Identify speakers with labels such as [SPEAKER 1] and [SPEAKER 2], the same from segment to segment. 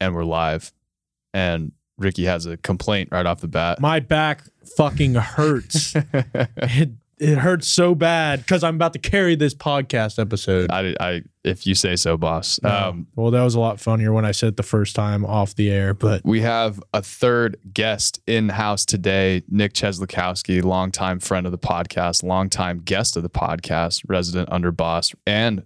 [SPEAKER 1] and we're live. And Ricky has a complaint right off the bat.
[SPEAKER 2] My back fucking hurts. it, it hurts so bad because I'm about to carry this podcast episode.
[SPEAKER 1] I, I, if you say so, boss. Um,
[SPEAKER 2] well, that was a lot funnier when I said it the first time off the air, but
[SPEAKER 1] we have a third guest in house today, Nick Cheslikowski, longtime friend of the podcast, longtime guest of the podcast, resident underboss, and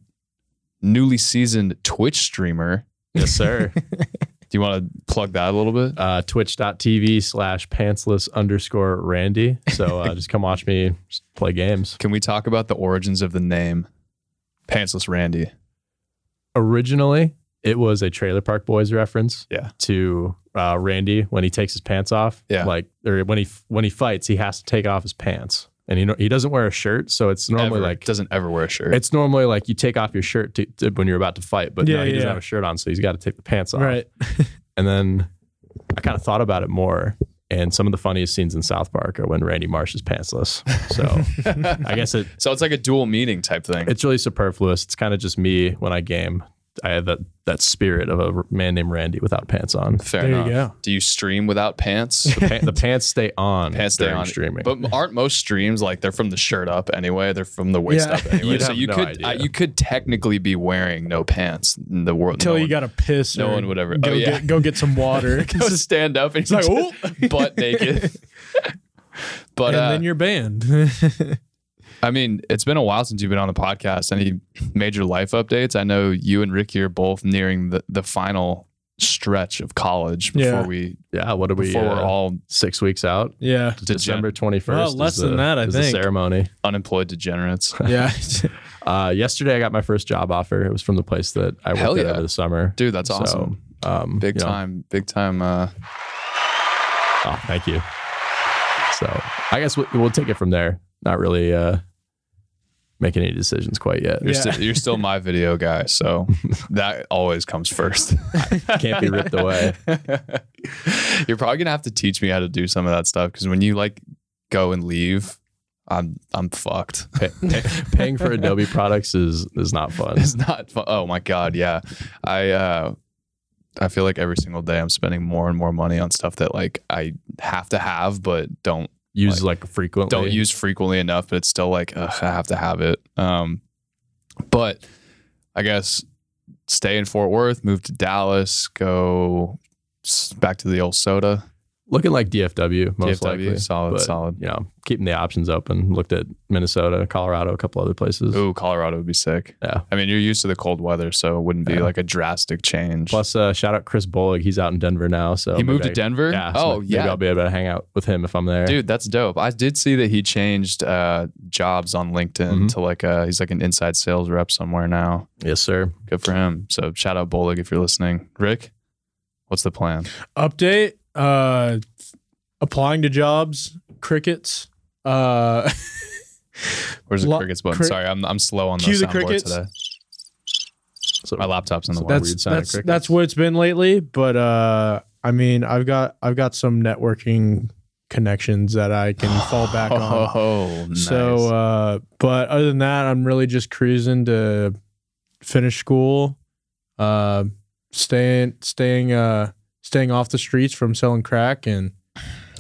[SPEAKER 1] newly seasoned Twitch streamer.
[SPEAKER 3] Yes, sir.
[SPEAKER 1] Do you want to plug that a little bit?
[SPEAKER 3] uh, Twitch.tv slash pantsless underscore Randy. So uh, just come watch me just play games.
[SPEAKER 1] Can we talk about the origins of the name Pantsless Randy?
[SPEAKER 3] Originally, it was a Trailer Park Boys reference
[SPEAKER 1] Yeah.
[SPEAKER 3] to uh, Randy when he takes his pants off.
[SPEAKER 1] Yeah.
[SPEAKER 3] Like, or when he when he fights, he has to take off his pants, and he no- he doesn't wear a shirt, so it's normally
[SPEAKER 1] Ever.
[SPEAKER 3] like
[SPEAKER 1] doesn't ever wear a shirt.
[SPEAKER 3] it's normally like you take off your shirt to, to- when you're about to fight, but
[SPEAKER 2] Yeah,
[SPEAKER 3] no, he
[SPEAKER 2] yeah.
[SPEAKER 3] doesn't have a shirt on, so he's got to take the pants off.
[SPEAKER 2] right.
[SPEAKER 3] And then I kind of thought about it more. And some of the funniest scenes in South Park are when Randy Marsh is pantsless. So I guess it
[SPEAKER 1] so it's like a dual meaning type thing.
[SPEAKER 3] it's really superfluous. It's kind of just me when I game. I have that that spirit of a man named Randy without pants on.
[SPEAKER 1] Fair
[SPEAKER 2] There you
[SPEAKER 1] enough.
[SPEAKER 2] go.
[SPEAKER 1] Do you stream without pants?
[SPEAKER 3] The, pa- the pants stay on.
[SPEAKER 1] pants stay
[SPEAKER 3] during
[SPEAKER 1] on
[SPEAKER 3] streaming.
[SPEAKER 1] But aren't most streams like they're from the shirt up anyway? They're from the waist
[SPEAKER 2] Yeah.
[SPEAKER 1] up anyway.
[SPEAKER 3] You'd
[SPEAKER 1] so
[SPEAKER 3] have
[SPEAKER 1] you
[SPEAKER 3] no
[SPEAKER 1] could
[SPEAKER 3] idea.
[SPEAKER 1] uh, you could technically be wearing no pants in the world.
[SPEAKER 2] Until
[SPEAKER 1] no
[SPEAKER 2] you
[SPEAKER 1] one-
[SPEAKER 2] got to piss.
[SPEAKER 1] no
[SPEAKER 2] or
[SPEAKER 1] one would ever-
[SPEAKER 2] Go,
[SPEAKER 1] oh, yeah.
[SPEAKER 2] get, go get some water.
[SPEAKER 1] go stand up and it's
[SPEAKER 2] like,
[SPEAKER 1] butt naked. but
[SPEAKER 2] and
[SPEAKER 1] uh,
[SPEAKER 2] then you're banned.
[SPEAKER 1] I mean, it's been a while since you've been on the podcast. Any major life updates? I know you and Ricky are both nearing the, the final stretch of college before
[SPEAKER 2] Yeah.
[SPEAKER 1] we
[SPEAKER 3] yeah, what are we?
[SPEAKER 1] before we're
[SPEAKER 3] uh,
[SPEAKER 1] all
[SPEAKER 3] six weeks out.
[SPEAKER 2] yeah.
[SPEAKER 1] degen-
[SPEAKER 3] December twenty first.
[SPEAKER 2] Well, less than that, I
[SPEAKER 3] is
[SPEAKER 2] think.
[SPEAKER 3] The ceremony.
[SPEAKER 1] unemployed degenerates.
[SPEAKER 2] Yeah.
[SPEAKER 3] Uh, yesterday, I got my first job offer. It was from the place that I worked
[SPEAKER 1] Hell
[SPEAKER 3] at
[SPEAKER 1] yeah.
[SPEAKER 3] over the summer.
[SPEAKER 1] Dude, that's
[SPEAKER 3] So,
[SPEAKER 1] awesome.
[SPEAKER 3] um,
[SPEAKER 1] big
[SPEAKER 3] you know,
[SPEAKER 1] time, big time uh
[SPEAKER 3] Oh, thank you. So I guess we, we'll take it from there. Not really uh, making any decisions quite yet.
[SPEAKER 1] You're,
[SPEAKER 2] Yeah.
[SPEAKER 1] still, you're still my video guy, so that always comes first.
[SPEAKER 3] Can't be ripped away.
[SPEAKER 1] you're probably gonna have to teach me how to do some of that stuff because when you like go and leave, I'm I'm fucked.
[SPEAKER 3] Pay, pay- paying for Adobe products is is not fun.
[SPEAKER 1] It's not. Fu- oh my god, yeah. I uh, I feel like every single day I'm spending more and more money on stuff that like I have to have but don't
[SPEAKER 3] Use like, frequently.
[SPEAKER 1] don't use frequently enough, but it's still like ugh, I have to have it. Um, but I guess stay in Fort Worth, move to Dallas, go s- back to the old soda.
[SPEAKER 3] looking like DFW
[SPEAKER 1] DFW,
[SPEAKER 3] most likely.
[SPEAKER 1] solid,
[SPEAKER 3] but,
[SPEAKER 1] solid.
[SPEAKER 3] You know, keeping the options open. Looked at Minnesota, Colorado, a couple other places.
[SPEAKER 1] Ooh, Colorado would be sick.
[SPEAKER 3] Yeah.
[SPEAKER 1] I mean, you're used to the cold weather, so it wouldn't be
[SPEAKER 3] Yeah.
[SPEAKER 1] like a drastic change.
[SPEAKER 3] Plus, uh, shout out Chris Bullock. He's out in Denver now. So
[SPEAKER 1] he moved
[SPEAKER 3] maybe
[SPEAKER 1] to Denver.
[SPEAKER 3] I- Yeah. so
[SPEAKER 1] oh
[SPEAKER 3] Maybe I'll
[SPEAKER 1] yeah,
[SPEAKER 3] be able to hang out with him if I'm there.
[SPEAKER 1] dude, that's dope. I did see that he changed uh, jobs on LinkedIn
[SPEAKER 3] Mhm.
[SPEAKER 1] to like a, he's like an inside sales rep somewhere now.
[SPEAKER 3] Yes, sir.
[SPEAKER 1] Good for him. So shout out Bullock if you're listening. Rick, what's the plan?
[SPEAKER 2] Update. Uh, applying to jobs. Crickets. Uh,
[SPEAKER 1] Where's the
[SPEAKER 2] Lo-
[SPEAKER 1] crickets button?
[SPEAKER 2] cri-
[SPEAKER 1] Sorry, I'm I'm slow on
[SPEAKER 2] Cue
[SPEAKER 1] those
[SPEAKER 2] the
[SPEAKER 1] soundboard
[SPEAKER 2] crickets.
[SPEAKER 1] today.
[SPEAKER 3] So
[SPEAKER 1] My laptop's in the
[SPEAKER 3] So
[SPEAKER 1] way.
[SPEAKER 3] Wow,
[SPEAKER 2] that's
[SPEAKER 3] weird sound of
[SPEAKER 2] that's
[SPEAKER 3] crickets.
[SPEAKER 2] that's what it's been lately. But uh, I mean, I've got I've got some networking connections that I can fall back on.
[SPEAKER 1] Oh, nice.
[SPEAKER 2] So, uh, but other than that, I'm really just cruising to finish school, uh, staying staying uh, staying off the streets from selling crack and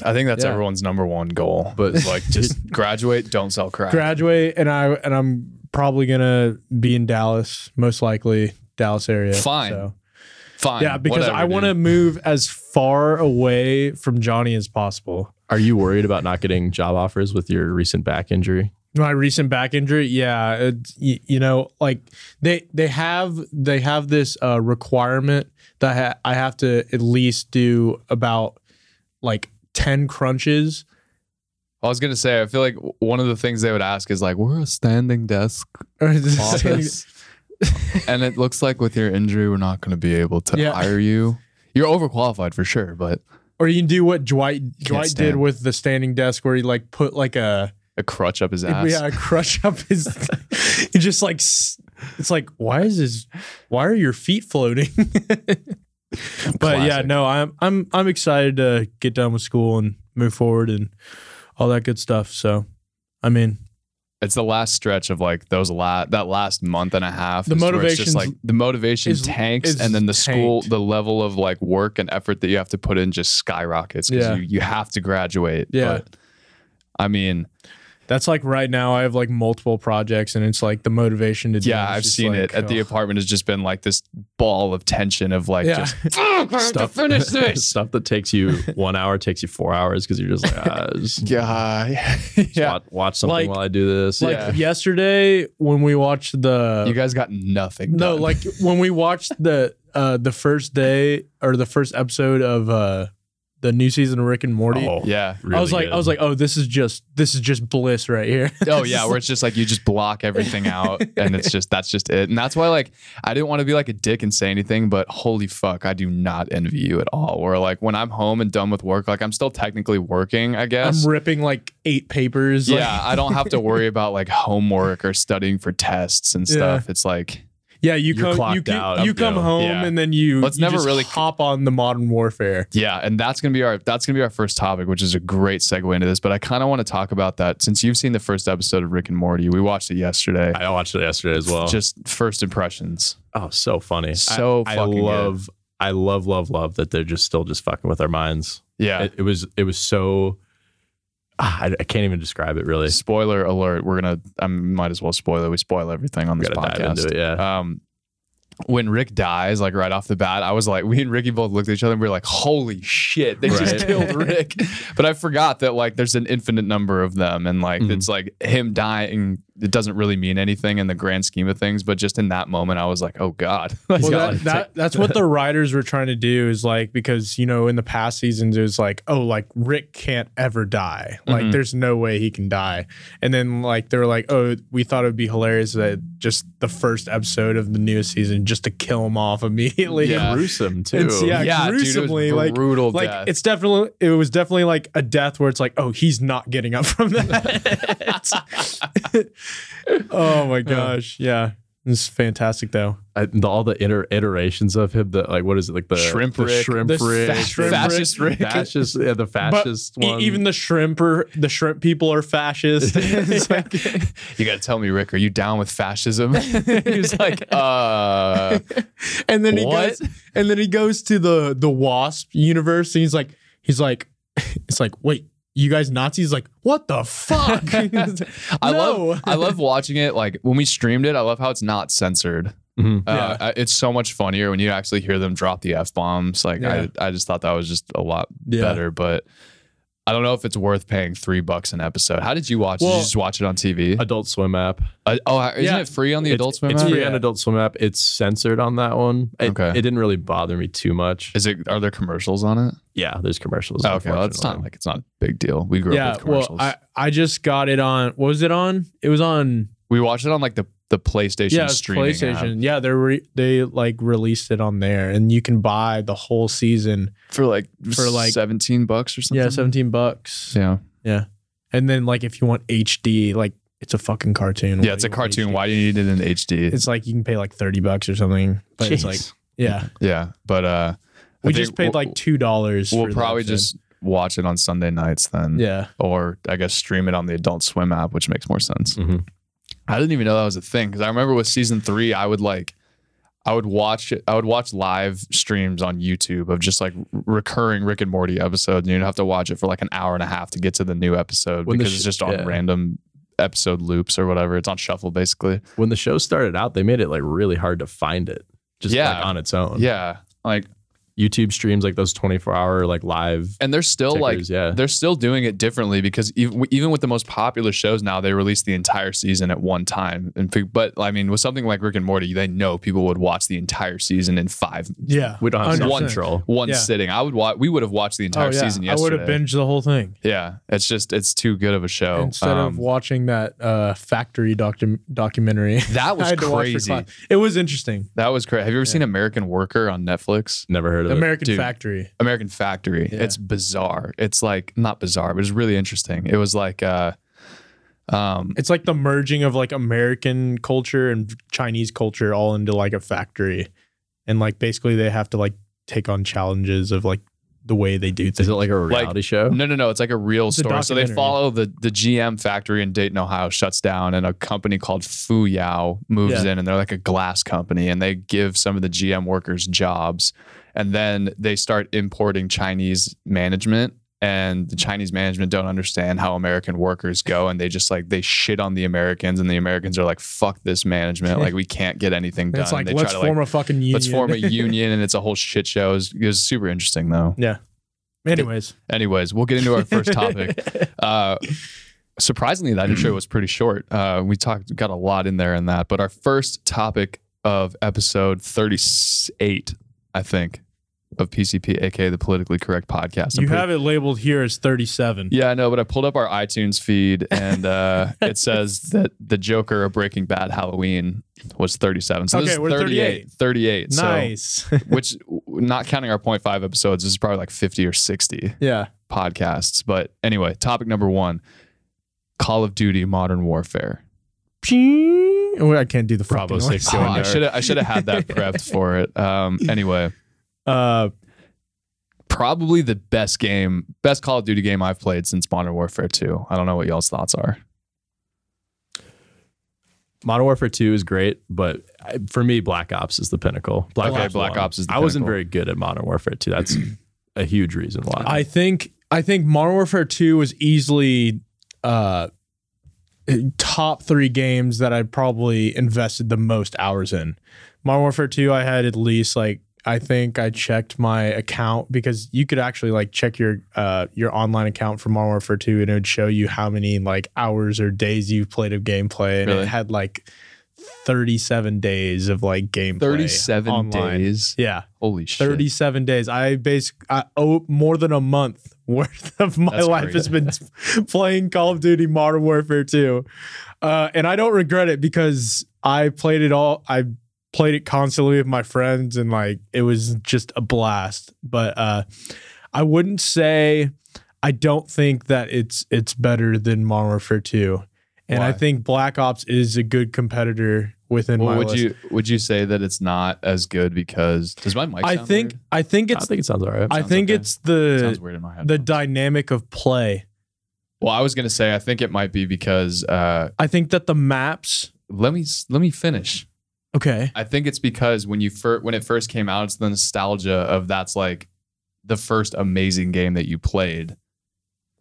[SPEAKER 1] I think that's
[SPEAKER 2] uh, yeah.
[SPEAKER 1] everyone's number one goal. But like, just graduate, don't sell crack.
[SPEAKER 2] graduate. And I and I'm probably gonna be in Dallas, most likely Dallas area.
[SPEAKER 1] Fine.
[SPEAKER 2] So.
[SPEAKER 1] Fine.
[SPEAKER 2] Yeah, because
[SPEAKER 1] whatever,
[SPEAKER 2] I want to
[SPEAKER 1] dude.
[SPEAKER 2] move as far away from Johnny as possible.
[SPEAKER 3] Are you worried about not getting job offers with your recent back injury?
[SPEAKER 2] my recent back injury yeah it, you, you know like they they have they have this uh requirement that ha- i have to at least do about like 10 crunches
[SPEAKER 1] I was gonna say, I feel like one of the things they would ask is like, "We're a standing desk office, and it looks like with your injury, we're not gonna be able to
[SPEAKER 2] Yeah.
[SPEAKER 1] hire you. You're overqualified for sure, but
[SPEAKER 2] or you can do what dwight dwight did
[SPEAKER 1] stand.
[SPEAKER 2] with the standing desk where he like put like a
[SPEAKER 1] a crutch up his ass."
[SPEAKER 2] yeah a crush up his it just like s- it's like why is his why are your feet floating but yeah,
[SPEAKER 1] Classic.
[SPEAKER 2] no, I'm I'm I'm excited to get done with school and move forward and all that good stuff. So, I mean,
[SPEAKER 1] it's the last stretch of like those last that last month and a half.
[SPEAKER 2] The
[SPEAKER 1] is where it's
[SPEAKER 2] motivation's-
[SPEAKER 1] just like the motivation
[SPEAKER 2] is-
[SPEAKER 1] tanks,
[SPEAKER 2] is
[SPEAKER 1] and then the school,
[SPEAKER 2] tanked.
[SPEAKER 1] the level of like work and effort that you have to put in just skyrockets because
[SPEAKER 2] Yeah.
[SPEAKER 1] you, you have to graduate.
[SPEAKER 2] Yeah.
[SPEAKER 1] But, I mean,
[SPEAKER 2] That's like right now. I have like multiple projects, and it's like the motivation to do.
[SPEAKER 1] yeah,
[SPEAKER 2] it is
[SPEAKER 1] I've
[SPEAKER 2] just
[SPEAKER 1] seen
[SPEAKER 2] like,
[SPEAKER 1] it at the
[SPEAKER 2] oh.
[SPEAKER 1] apartment. Has just been like this ball of tension of like
[SPEAKER 2] yeah.
[SPEAKER 1] just "Ugh, Oh, I have to finish this.
[SPEAKER 3] stuff that takes you one hour takes you four hours because you're just like, ah, just
[SPEAKER 1] yeah, yeah.
[SPEAKER 3] watch, watch something
[SPEAKER 2] Like-
[SPEAKER 3] while I do this.
[SPEAKER 2] like
[SPEAKER 1] yeah.
[SPEAKER 2] yesterday when we watched the
[SPEAKER 1] You guys got nothing.
[SPEAKER 2] no
[SPEAKER 1] done.
[SPEAKER 2] like when we watched the uh the first day or the first episode of uh the new season of Rick and Morty.
[SPEAKER 3] Oh,
[SPEAKER 1] yeah.
[SPEAKER 3] really
[SPEAKER 2] I was like,
[SPEAKER 3] good.
[SPEAKER 2] I was like, oh, this is just this is just bliss right here.
[SPEAKER 1] Oh yeah, where it's just like you just block everything out and it's just that's just it. And that's why like I didn't want to be like a dick and say anything, but holy fuck, I do not envy you at all. Where like when I'm home and done with work, like I'm still technically working, I guess.
[SPEAKER 2] I'm ripping like eight papers. like-
[SPEAKER 1] yeah, I don't have to worry about like homework or studying for tests and
[SPEAKER 2] Yeah.
[SPEAKER 1] stuff. It's like
[SPEAKER 2] yeah. You
[SPEAKER 3] You're
[SPEAKER 2] come, you,
[SPEAKER 3] clocked
[SPEAKER 2] can-
[SPEAKER 3] out,
[SPEAKER 2] you
[SPEAKER 3] up,
[SPEAKER 2] come
[SPEAKER 3] yo.
[SPEAKER 2] home
[SPEAKER 1] Yeah.
[SPEAKER 2] and then you.
[SPEAKER 1] Let's
[SPEAKER 2] you
[SPEAKER 1] never
[SPEAKER 2] just
[SPEAKER 1] really-
[SPEAKER 2] hop on the modern warfare.
[SPEAKER 1] Yeah, and that's gonna be our that's gonna be our first topic, which is a great segue into this. But I kind of want to talk about that since you've seen the first episode of Rick and Morty. We watched it yesterday.
[SPEAKER 3] I watched it yesterday as well.
[SPEAKER 1] Just first impressions.
[SPEAKER 3] oh, so funny. I-
[SPEAKER 1] So
[SPEAKER 3] I,
[SPEAKER 1] fucking good.
[SPEAKER 3] love, I love, love, love that they're just still just fucking with our minds.
[SPEAKER 1] Yeah.
[SPEAKER 3] It, it was, it was so. ah, I, I can't even describe it really.
[SPEAKER 1] Spoiler alert. We're gonna. I might as well spoil it. We spoil everything on this
[SPEAKER 3] Gotta dive
[SPEAKER 1] podcast.
[SPEAKER 3] into it. Yeah.
[SPEAKER 1] Um, when Rick dies, like right off the bat, I was like, we and Ricky both looked at each other and we were like, holy shit, they
[SPEAKER 3] Right.
[SPEAKER 1] just killed Rick. But I forgot that like there's an infinite number of them, and like
[SPEAKER 3] Mhm.
[SPEAKER 1] it's like him dying. It doesn't really mean anything in the grand scheme of things, but just in that moment, I was like, oh god. Like,
[SPEAKER 2] Well, that,
[SPEAKER 3] got, like,
[SPEAKER 2] that, that's what the writers were trying to do is like because you know in the past seasons it was like oh like Rick can't ever die like
[SPEAKER 1] Mhm.
[SPEAKER 2] there's no way he can die and then like they were like oh we thought it would be hilarious that just the first episode of the newest season just to kill him off immediately
[SPEAKER 1] Yeah.
[SPEAKER 3] gruesome too.
[SPEAKER 2] It's- yeah,
[SPEAKER 1] dude, it was
[SPEAKER 2] gruesomely, like-
[SPEAKER 1] brutal
[SPEAKER 2] like
[SPEAKER 1] death.
[SPEAKER 2] it's definitely it was definitely like a death where it's like oh he's not getting up from that oh my gosh yeah it's fantastic though
[SPEAKER 3] I, the, all the iter- iterations of him. The like, what is it like the
[SPEAKER 1] Shrimp
[SPEAKER 3] the
[SPEAKER 1] Rick.
[SPEAKER 3] shrimp
[SPEAKER 2] The
[SPEAKER 3] Rick,
[SPEAKER 2] fa- shrimp
[SPEAKER 1] fascist Rick.
[SPEAKER 3] fascist, yeah, the fascist
[SPEAKER 2] E-
[SPEAKER 3] one.
[SPEAKER 2] even the shrimp are, the shrimp people are fascist. It's like-
[SPEAKER 1] you gotta tell me, Rick, are you down with fascism? he was like, uh,
[SPEAKER 2] and then he
[SPEAKER 1] What?
[SPEAKER 2] goes and then he goes to the the wasp universe and he's like he's like it's like wait you guys Nazis like what the fuck
[SPEAKER 1] I
[SPEAKER 2] No.
[SPEAKER 1] love I love watching it. Like when we streamed it, I love how it's not censored.
[SPEAKER 3] Mhm.
[SPEAKER 1] Uh, I- It's so much funnier when you actually hear them drop the f bombs. Like
[SPEAKER 2] Yeah.
[SPEAKER 1] I, I just thought that was just a lot
[SPEAKER 2] Yeah.
[SPEAKER 1] better. But I don't know if it's worth paying three bucks an episode. How did you watch? did
[SPEAKER 2] Well-
[SPEAKER 1] you just watch it on TV?
[SPEAKER 3] Adult Swim app.
[SPEAKER 1] Uh, oh, isn't
[SPEAKER 2] yeah.
[SPEAKER 1] it free on the
[SPEAKER 3] It's-
[SPEAKER 1] Adult Swim?
[SPEAKER 3] It's
[SPEAKER 1] app?
[SPEAKER 3] free on
[SPEAKER 2] Yeah.
[SPEAKER 3] Adult Swim app. It's censored on that one. It,
[SPEAKER 1] Okay.
[SPEAKER 3] It didn't really bother me too much.
[SPEAKER 1] Is it? Are there commercials on it?
[SPEAKER 3] yeah, there's commercials.
[SPEAKER 1] Oh, okay, well, it's not
[SPEAKER 3] unfortunately.
[SPEAKER 1] like it's not a big deal. We grew up
[SPEAKER 2] yeah
[SPEAKER 1] with
[SPEAKER 2] well
[SPEAKER 1] commercials.
[SPEAKER 2] I I just got it on what was it on it was on
[SPEAKER 1] we watched it on like the the PlayStation
[SPEAKER 2] yeah it was
[SPEAKER 1] streaming. PlayStation
[SPEAKER 2] PlayStation yeah they re- they like released it on there and you can buy the whole season
[SPEAKER 1] for like
[SPEAKER 2] For, like-
[SPEAKER 1] seventeen bucks or something.
[SPEAKER 2] yeah seventeen bucks
[SPEAKER 1] Yeah.
[SPEAKER 2] And then like if you want HD, like it's a fucking cartoon.
[SPEAKER 1] Yeah,
[SPEAKER 2] Why
[SPEAKER 1] it's a
[SPEAKER 2] do you want
[SPEAKER 1] cartoon.
[SPEAKER 2] HD?
[SPEAKER 1] Why do you need it in HD?
[SPEAKER 2] It's like you can pay like thirty bucks or something. But it's
[SPEAKER 3] Jeez.
[SPEAKER 2] like yeah,
[SPEAKER 1] yeah, but uh, I
[SPEAKER 2] we
[SPEAKER 1] think
[SPEAKER 2] just paid
[SPEAKER 1] we'll-
[SPEAKER 2] like two dollars.
[SPEAKER 1] We'll probably just watch it on Sunday nights then,
[SPEAKER 2] yeah.
[SPEAKER 1] or I guess stream it on the Adult Swim app, which makes more sense.
[SPEAKER 2] Mm-hmm.
[SPEAKER 3] Mhm.
[SPEAKER 1] I didn't even know that was a thing because I remember with season three, I would like. I would watch it. I would watch live streams on YouTube of just like recurring Rick and Morty episodes, and you'd have to watch it for like an hour and a half to get to the new episode
[SPEAKER 3] When the
[SPEAKER 1] because
[SPEAKER 3] sh-
[SPEAKER 1] it's just on
[SPEAKER 3] yeah.
[SPEAKER 1] random episode loops or whatever. It's on shuffle basically.
[SPEAKER 3] when the show started out, they made it like really hard to find it. Just
[SPEAKER 1] Yeah.
[SPEAKER 3] like on its own.
[SPEAKER 1] Yeah, like
[SPEAKER 3] YouTube streams like those 24 hour like live.
[SPEAKER 1] and they're still like
[SPEAKER 3] Tickers, yeah.
[SPEAKER 1] they're still doing it differently because even, even with the most popular shows now they release the entire season at one time and pe- but i mean with something like rick and morty they know people would watch the entire season in five
[SPEAKER 2] Yeah.
[SPEAKER 3] We don't have self
[SPEAKER 2] 100%.
[SPEAKER 3] control.
[SPEAKER 1] one
[SPEAKER 2] Yeah.
[SPEAKER 1] sitting i would watch we would have watched the entire
[SPEAKER 2] oh, yeah.
[SPEAKER 1] season
[SPEAKER 2] I would
[SPEAKER 1] yesterday
[SPEAKER 2] have binged the whole thing.
[SPEAKER 1] yeah it's just it's too good of a show
[SPEAKER 2] Instead
[SPEAKER 1] Um,
[SPEAKER 2] of watching that uh, factory docu- documentary,
[SPEAKER 1] that
[SPEAKER 2] I
[SPEAKER 1] was
[SPEAKER 2] had to watch for
[SPEAKER 1] crazy
[SPEAKER 2] class. It was interesting.
[SPEAKER 1] that was crazy have you ever seen american worker on netflix
[SPEAKER 3] Never heard of it.
[SPEAKER 2] American
[SPEAKER 1] dude.
[SPEAKER 2] Factory.
[SPEAKER 1] American Factory.
[SPEAKER 2] Yeah.
[SPEAKER 1] It's bizarre. It's like not bizarre, but it's really interesting. It was like uh um
[SPEAKER 2] It's like the merging of like American culture and Chinese culture all into like a factory. And like basically they have to like take on challenges of like the way they do
[SPEAKER 3] Is
[SPEAKER 2] things.
[SPEAKER 3] it like a reality show?
[SPEAKER 1] No, no, no. It's like a real
[SPEAKER 2] Oh. a
[SPEAKER 1] story. So they
[SPEAKER 2] documentary.
[SPEAKER 1] follow the the GM factory in Dayton, Ohio, shuts down, and a company called Fu Yao moves
[SPEAKER 2] Yeah.
[SPEAKER 1] in, and they're like a glass company, and they give some of the GM workers jobs, and then they start importing Chinese management. And the Chinese management don't understand how American workers go, and they just like they shit on the Americans, and the Americans are like, "Fuck this management! Like we can't get anything done."
[SPEAKER 2] It's like
[SPEAKER 1] they
[SPEAKER 2] let's
[SPEAKER 1] to,
[SPEAKER 2] form a fucking union.
[SPEAKER 1] let's form a union, and it's a whole shit show. It was, it was super interesting though.
[SPEAKER 2] Anyways,
[SPEAKER 1] Anyways, we'll get into our first topic. Uh, surprisingly, that intro was pretty short. Uh, we talked, got a lot in there in that, but our first topic of episode 38, I think, of PCP, aka the Politically Correct Podcast. I'm
[SPEAKER 2] you
[SPEAKER 1] pretty-
[SPEAKER 2] have it labeled here as 37.
[SPEAKER 1] yeah, I know, but I pulled up our iTunes feed and uh, it says that the Joker of Breaking Bad Halloween was 37. So this
[SPEAKER 2] Okay,
[SPEAKER 1] is
[SPEAKER 2] we're
[SPEAKER 1] 38. 38. So,
[SPEAKER 2] Nice.
[SPEAKER 1] which, not counting our 0.5 episodes, this is probably like 50 or 60
[SPEAKER 2] yeah.
[SPEAKER 1] podcasts. But anyway, topic number one Call of Duty Modern Warfare.
[SPEAKER 2] Well, Oh, I can't do the
[SPEAKER 3] Bravo
[SPEAKER 2] fucking
[SPEAKER 3] six
[SPEAKER 1] Oh,
[SPEAKER 2] noise.
[SPEAKER 3] going
[SPEAKER 1] I
[SPEAKER 3] there.
[SPEAKER 1] should I should have had that prepped for it. Um, anyway,
[SPEAKER 2] Uh,
[SPEAKER 1] probably the best game, best Call of Duty game I've played since Modern Warfare 2. I don't know what y'all's thoughts are.
[SPEAKER 3] Modern Warfare 2 is great, but I, for me, Black Ops is the pinnacle. Black
[SPEAKER 1] Okay,
[SPEAKER 3] Ops,
[SPEAKER 1] Black
[SPEAKER 3] 1.
[SPEAKER 1] Ops is the
[SPEAKER 3] I wasn't
[SPEAKER 1] pinnacle.
[SPEAKER 3] very good at Modern Warfare 2. That's a huge reason why.
[SPEAKER 2] I think I think Modern Warfare 2 was easily uh top 3 games that I probably invested the most hours in. Modern Warfare 2 I had at least like I think I checked my account because you could actually like check your uh your online account for Modern Warfare 2 and it would show you how many like hours or days you've played of gameplay and
[SPEAKER 1] Really?
[SPEAKER 2] it had like 37 days of like gameplay
[SPEAKER 1] 37
[SPEAKER 2] online.
[SPEAKER 1] days.
[SPEAKER 2] Yeah.
[SPEAKER 1] Holy shit.
[SPEAKER 2] 37 days. I basically I owe more than a month worth of my
[SPEAKER 1] That's
[SPEAKER 2] life has been playing Call of Duty Modern Warfare 2. Uh, and I don't regret it because I played it all. I played it constantly with my friends and like it was just a blast. But uh, I wouldn't say I don't think that it's it's better than Modern Warfare 2. And I
[SPEAKER 1] Why?
[SPEAKER 2] think Black Ops is a good competitor within
[SPEAKER 1] Well,
[SPEAKER 2] my
[SPEAKER 1] would
[SPEAKER 2] list.
[SPEAKER 1] you would you say that it's not as good because does my mic?
[SPEAKER 2] I
[SPEAKER 1] sound
[SPEAKER 2] think
[SPEAKER 1] weird?
[SPEAKER 2] I think
[SPEAKER 3] I
[SPEAKER 2] it's
[SPEAKER 3] think it sounds all right.
[SPEAKER 2] I
[SPEAKER 1] sounds
[SPEAKER 2] think
[SPEAKER 1] okay.
[SPEAKER 2] it's the
[SPEAKER 1] sounds weird in my head.
[SPEAKER 2] the dynamic of play.
[SPEAKER 1] well, I was gonna say I think it might be because uh,
[SPEAKER 2] I think that the maps.
[SPEAKER 1] let me s- let me finish.
[SPEAKER 2] Okay.
[SPEAKER 1] I think it's because when you fir- when it first came out, it's the nostalgia of that's like the first amazing game that you played.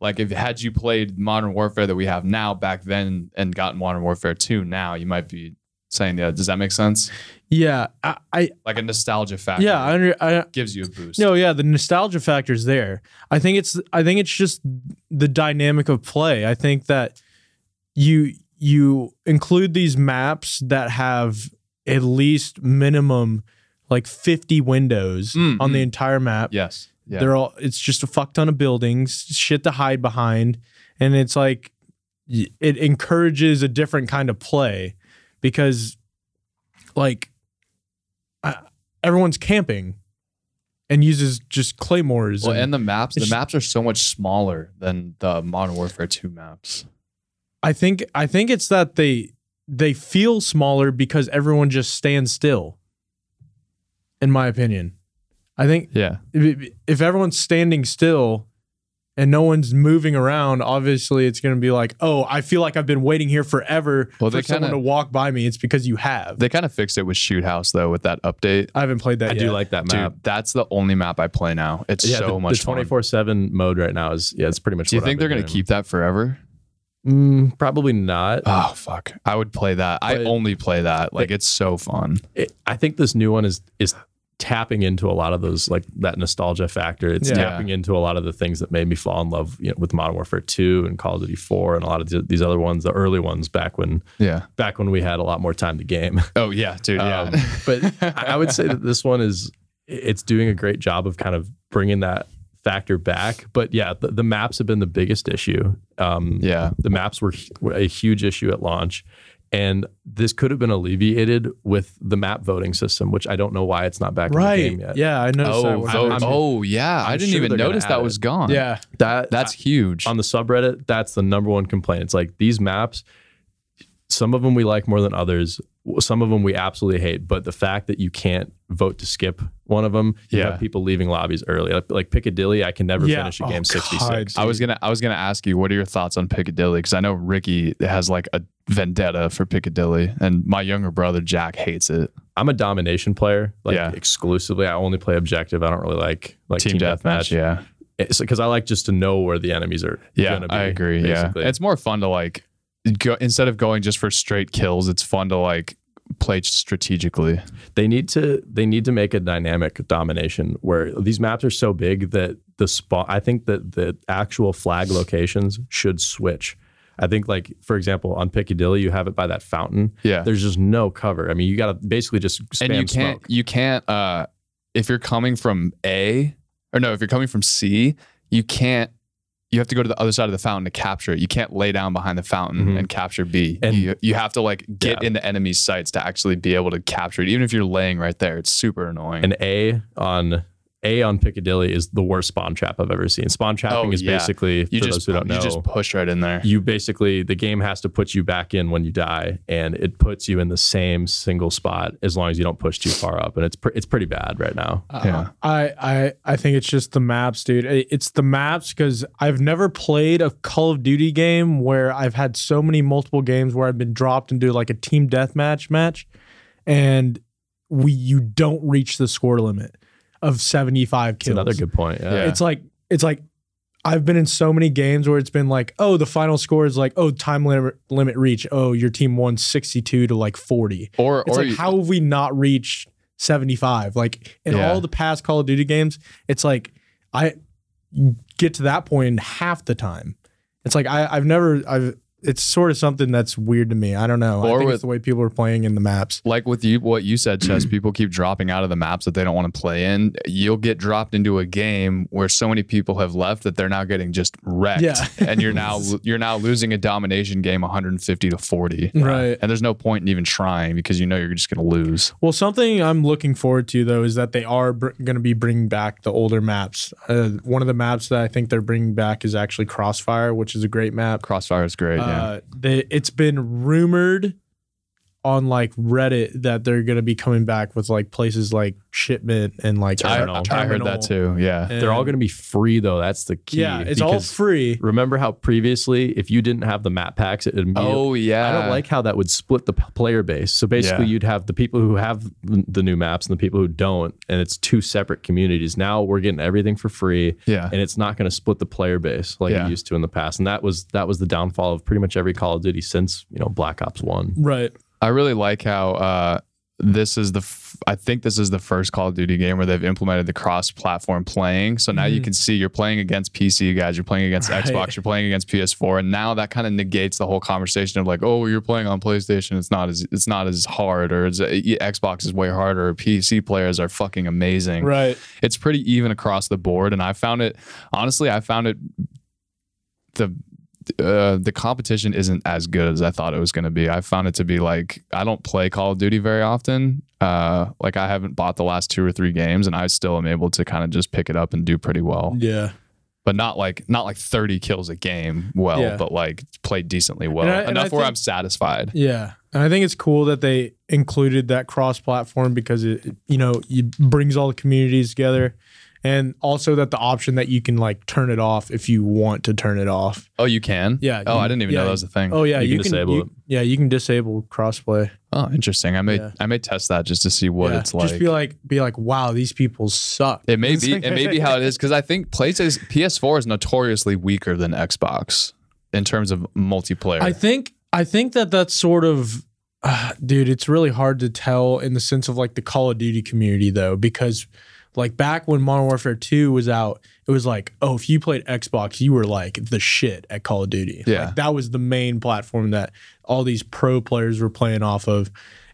[SPEAKER 1] Like if had you played Modern Warfare that we have now back then and gotten Modern Warfare 2 now, you might be saying, yeah, does that make sense?
[SPEAKER 2] Yeah. I. I
[SPEAKER 1] Like a nostalgia factor
[SPEAKER 2] yeah. I, under, I.
[SPEAKER 1] gives you a boost.
[SPEAKER 2] No. Yeah. The nostalgia factor's there. I think it's. I think it's just the dynamic of play. I think that you you include these maps that have at least minimum like 50 windows
[SPEAKER 1] Mm,
[SPEAKER 2] on the
[SPEAKER 1] mm.
[SPEAKER 2] entire map.
[SPEAKER 1] Yes. Yeah.
[SPEAKER 2] They're all it's just a fuck ton of buildings, shit to hide behind, and it's like y- it encourages a different kind of play because like uh, everyone's camping and uses just claymores.
[SPEAKER 1] well,
[SPEAKER 2] and
[SPEAKER 1] and the maps, the
[SPEAKER 2] It's-
[SPEAKER 1] maps are so much smaller than the Modern Warfare 2 maps.
[SPEAKER 2] I think I think it's that they they feel smaller because everyone just stands still. In my opinion, I think
[SPEAKER 1] Yeah.
[SPEAKER 2] if if everyone's standing still and no one's moving around, obviously it's going to be like, oh, I feel like I've been waiting here forever
[SPEAKER 1] Well,
[SPEAKER 2] for
[SPEAKER 1] they
[SPEAKER 2] someone
[SPEAKER 1] kinda-
[SPEAKER 2] to walk by me. It's because you have.
[SPEAKER 1] They kind of fixed it with Shoot House though with that update.
[SPEAKER 2] I haven't played that
[SPEAKER 3] I
[SPEAKER 2] yet.
[SPEAKER 3] do like that map.
[SPEAKER 1] Dude, that's the only map I play now. It's
[SPEAKER 3] yeah,
[SPEAKER 1] so
[SPEAKER 3] the,
[SPEAKER 1] much
[SPEAKER 3] the
[SPEAKER 1] fun.
[SPEAKER 3] 24/7 mode right now is yeah, it's pretty much
[SPEAKER 1] Do you
[SPEAKER 3] what I've
[SPEAKER 1] think they're
[SPEAKER 3] been
[SPEAKER 1] going to
[SPEAKER 3] doing.
[SPEAKER 1] keep that forever?
[SPEAKER 3] mm, probably not.
[SPEAKER 1] Oh fuck! I would play that. I
[SPEAKER 3] But-
[SPEAKER 1] only play that. Like it's so fun.
[SPEAKER 3] It- I think this new one is is tapping into a lot of those like that nostalgia factor. It's
[SPEAKER 2] Yeah.
[SPEAKER 3] tapping into a lot of the things that made me fall in love you know, with Modern Warfare 2 and Call of Duty 4 and a lot of th- these other ones, the early ones back when
[SPEAKER 1] Yeah.
[SPEAKER 3] back when we had a lot more time to game.
[SPEAKER 1] Oh yeah, dude. Yeah.
[SPEAKER 3] Um, but I I would say that this one is it's doing a great job of kind of bringing that factor back. But yeah, the, the maps have been the biggest issue. Um,
[SPEAKER 1] yeah.
[SPEAKER 3] the maps were, were a huge issue at launch. And this could have been alleviated with the map voting system, which I don't know why it's not back in the
[SPEAKER 2] right.
[SPEAKER 3] game yet.
[SPEAKER 2] Yeah, I noticed that.
[SPEAKER 1] Oh,
[SPEAKER 2] One.
[SPEAKER 1] vote-
[SPEAKER 3] I'm-
[SPEAKER 1] oh yeah. I
[SPEAKER 3] I'm
[SPEAKER 1] didn't
[SPEAKER 3] sure
[SPEAKER 1] even
[SPEAKER 3] they're gonna
[SPEAKER 1] notice
[SPEAKER 3] add
[SPEAKER 1] that
[SPEAKER 3] it.
[SPEAKER 1] was gone.
[SPEAKER 2] yeah.
[SPEAKER 3] That
[SPEAKER 1] That's huge.
[SPEAKER 3] on the subreddit, that's the number one complaint. It's like these maps some of them we like more than others. W- Some of them we absolutely hate. But the fact that you can't vote to skip one of them, you
[SPEAKER 1] Yeah.
[SPEAKER 3] have people leaving lobbies early. Like, like Piccadilly, I can never
[SPEAKER 2] Yeah.
[SPEAKER 3] finish a
[SPEAKER 2] Oh,
[SPEAKER 3] game
[SPEAKER 2] God,
[SPEAKER 3] 66.
[SPEAKER 1] I was gonna I was gonna ask you what are your thoughts on Piccadilly because I know Ricky has like a vendetta for Piccadilly and my younger brother Jack hates it.
[SPEAKER 3] I'm a domination player, like
[SPEAKER 1] Yeah.
[SPEAKER 3] exclusively. I only play objective. I don't really like like
[SPEAKER 1] Team, deathmatch, yeah,
[SPEAKER 3] because I like just to know where the enemies are.
[SPEAKER 1] yeah,
[SPEAKER 3] gonna be,
[SPEAKER 1] I agree.
[SPEAKER 3] basically.
[SPEAKER 1] Yeah, it's more fun to like go instead of going just for straight kills. It's fun to like play strategically.
[SPEAKER 3] they need to they need to make a dynamic domination where these maps are so big that the spot i think that the actual flag locations should switch i think like for example on piccadilly you have it by that fountain
[SPEAKER 1] Yeah,
[SPEAKER 3] there's just no cover i mean you gotta basically just spam
[SPEAKER 1] and you can't
[SPEAKER 3] smoke
[SPEAKER 1] you can't uh if you're coming from A or no if you're coming from C you can't. You have to go to the other side of the fountain to capture it. You can't lay down behind the fountain
[SPEAKER 3] Mhm.
[SPEAKER 1] and capture B.
[SPEAKER 3] And-
[SPEAKER 1] you, you have to like get
[SPEAKER 3] Yeah.
[SPEAKER 1] in the enemy's sights to actually be able to capture it. Even if you're laying right there, it's super annoying.
[SPEAKER 3] an a on a on piccadilly is the worst spawn trap i've ever seen spawn trapping
[SPEAKER 1] Oh,
[SPEAKER 3] is
[SPEAKER 1] yeah.
[SPEAKER 3] basically
[SPEAKER 1] you
[SPEAKER 3] for
[SPEAKER 1] just
[SPEAKER 3] those who don't know
[SPEAKER 1] you just push right in there.
[SPEAKER 3] you basically the game has to put you back in when you die and it puts you in the same single spot as long as you don't push too far up and it's pre- it's pretty bad right now
[SPEAKER 2] Uh,
[SPEAKER 1] Yeah.
[SPEAKER 2] I, I I think it's just the maps, dude. I- It's the maps because I've never played a Call of Duty game where I've had so many multiple games where I've been dropped into like a team deathmatch match, and we you don't reach the score limit of seventy five
[SPEAKER 3] it's
[SPEAKER 2] kills.
[SPEAKER 3] another good point yeah,
[SPEAKER 1] Yeah.
[SPEAKER 2] It's like it's like I've been in so many games where it's been like, oh, the final score is like, oh, time limit limit reach. Oh, your team won sixty two to like forty.
[SPEAKER 1] or
[SPEAKER 2] It's
[SPEAKER 1] or
[SPEAKER 2] like
[SPEAKER 1] you-
[SPEAKER 2] how have we not reached 75? Like in
[SPEAKER 1] Yeah.
[SPEAKER 2] all the past Call of Duty games, it's like I get to that point half the time. It's like I, I've never I've it's sort of something that's weird to me. I don't know.
[SPEAKER 1] Or
[SPEAKER 2] I think
[SPEAKER 1] with-
[SPEAKER 2] it's the way people are playing in the maps.
[SPEAKER 1] like with you what you said chess people keep dropping out of the maps that they don't want to play in you'll get dropped into a game where so many people have left that they're now getting just wrecked
[SPEAKER 2] Yeah.
[SPEAKER 1] and you're now you're now losing a domination game 150 to 40
[SPEAKER 2] Right.
[SPEAKER 1] and there's no point in even trying because you know you're just going to lose
[SPEAKER 2] Well, something I'm looking forward to though is that they are br- going to be bringing back the older maps. Uh, one of the maps that I think they're bringing back is actually Crossfire, which is a great map.
[SPEAKER 1] crossfire is great yeah
[SPEAKER 2] Uh, they, it's been rumored on like Reddit that they're gonna be coming back with like places like shipment and like
[SPEAKER 1] I,
[SPEAKER 3] Terminal.
[SPEAKER 1] I heard that too yeah
[SPEAKER 3] they're all going to be free though that's the key
[SPEAKER 2] yeah, it's all
[SPEAKER 3] because
[SPEAKER 2] free.
[SPEAKER 3] remember how previously if you didn't have the map packs it immediately
[SPEAKER 1] oh yeah
[SPEAKER 3] I don't like how that would split the p- player base. So basically,
[SPEAKER 1] Yeah.
[SPEAKER 3] you'd have the people who have the the new maps and the people who don't, and it's two separate communities. Now we're getting everything for free.
[SPEAKER 1] yeah
[SPEAKER 3] and it's not going to split the player base like
[SPEAKER 1] Yeah.
[SPEAKER 3] it used to in the past. And that was that was the downfall of pretty much every Call of Duty since you know Black Ops One.
[SPEAKER 2] Right.
[SPEAKER 1] I really like how uh, this is the. F- I think this is the first Call of Duty game where they've implemented the cross-platform playing. So now you
[SPEAKER 2] Mhm.
[SPEAKER 1] can see you're playing against PC guys, you're playing against
[SPEAKER 2] Right.
[SPEAKER 1] Xbox, you're playing against PS4, and now that kind of negates the whole conversation of like, oh, you're playing on PlayStation, it's not as it's not as hard, or it's, uh, Xbox is way harder, or PC players are fucking amazing
[SPEAKER 2] Right.
[SPEAKER 1] it's pretty even across the board and i found it honestly i found it the uh, the competition isn't as good as I thought it was going to be. I found it to be like I don't play Call of Duty very often. Uh, like I haven't bought the last two or three games, and I still am able to kind of just pick it up and do pretty well.
[SPEAKER 2] Yeah.
[SPEAKER 1] But not like not like thirty kills a game, well,
[SPEAKER 2] Yeah.
[SPEAKER 1] but like play decently well
[SPEAKER 2] And I- and
[SPEAKER 1] enough
[SPEAKER 2] I
[SPEAKER 1] where
[SPEAKER 2] think-
[SPEAKER 1] I'm satisfied.
[SPEAKER 2] Yeah. And I think it's cool that they included that cross platform because it, it, you know, it brings all the communities together. And also that the option that you can like turn it off if you want to turn it off.
[SPEAKER 1] Oh, you can.
[SPEAKER 2] Yeah,
[SPEAKER 1] Oh,
[SPEAKER 2] you-
[SPEAKER 1] I didn't even
[SPEAKER 2] yeah,
[SPEAKER 1] know that was a thing.
[SPEAKER 2] Oh yeah,
[SPEAKER 3] You
[SPEAKER 2] you,
[SPEAKER 3] can
[SPEAKER 2] can,
[SPEAKER 3] disable
[SPEAKER 2] you-
[SPEAKER 3] it.
[SPEAKER 2] Yeah, you can disable crossplay.
[SPEAKER 1] Oh, interesting. I may
[SPEAKER 2] Yeah.
[SPEAKER 1] I may test that just to see what
[SPEAKER 2] Yeah.
[SPEAKER 1] it's like.
[SPEAKER 2] Just be like, be like, wow, these people suck.
[SPEAKER 1] It may be. It may be how it is because I think PlayStation PS4 is notoriously weaker than Xbox in terms of multiplayer.
[SPEAKER 2] I think I think that that's sort of, uh, dude. It's really hard to tell in the sense of like the Call of Duty community though, because like back when Modern Warfare Two was out, it was like, oh, if you played Xbox, you were like the shit at Call of Duty.
[SPEAKER 1] Yeah.
[SPEAKER 2] like, that was the main platform that all these pro players were playing off of,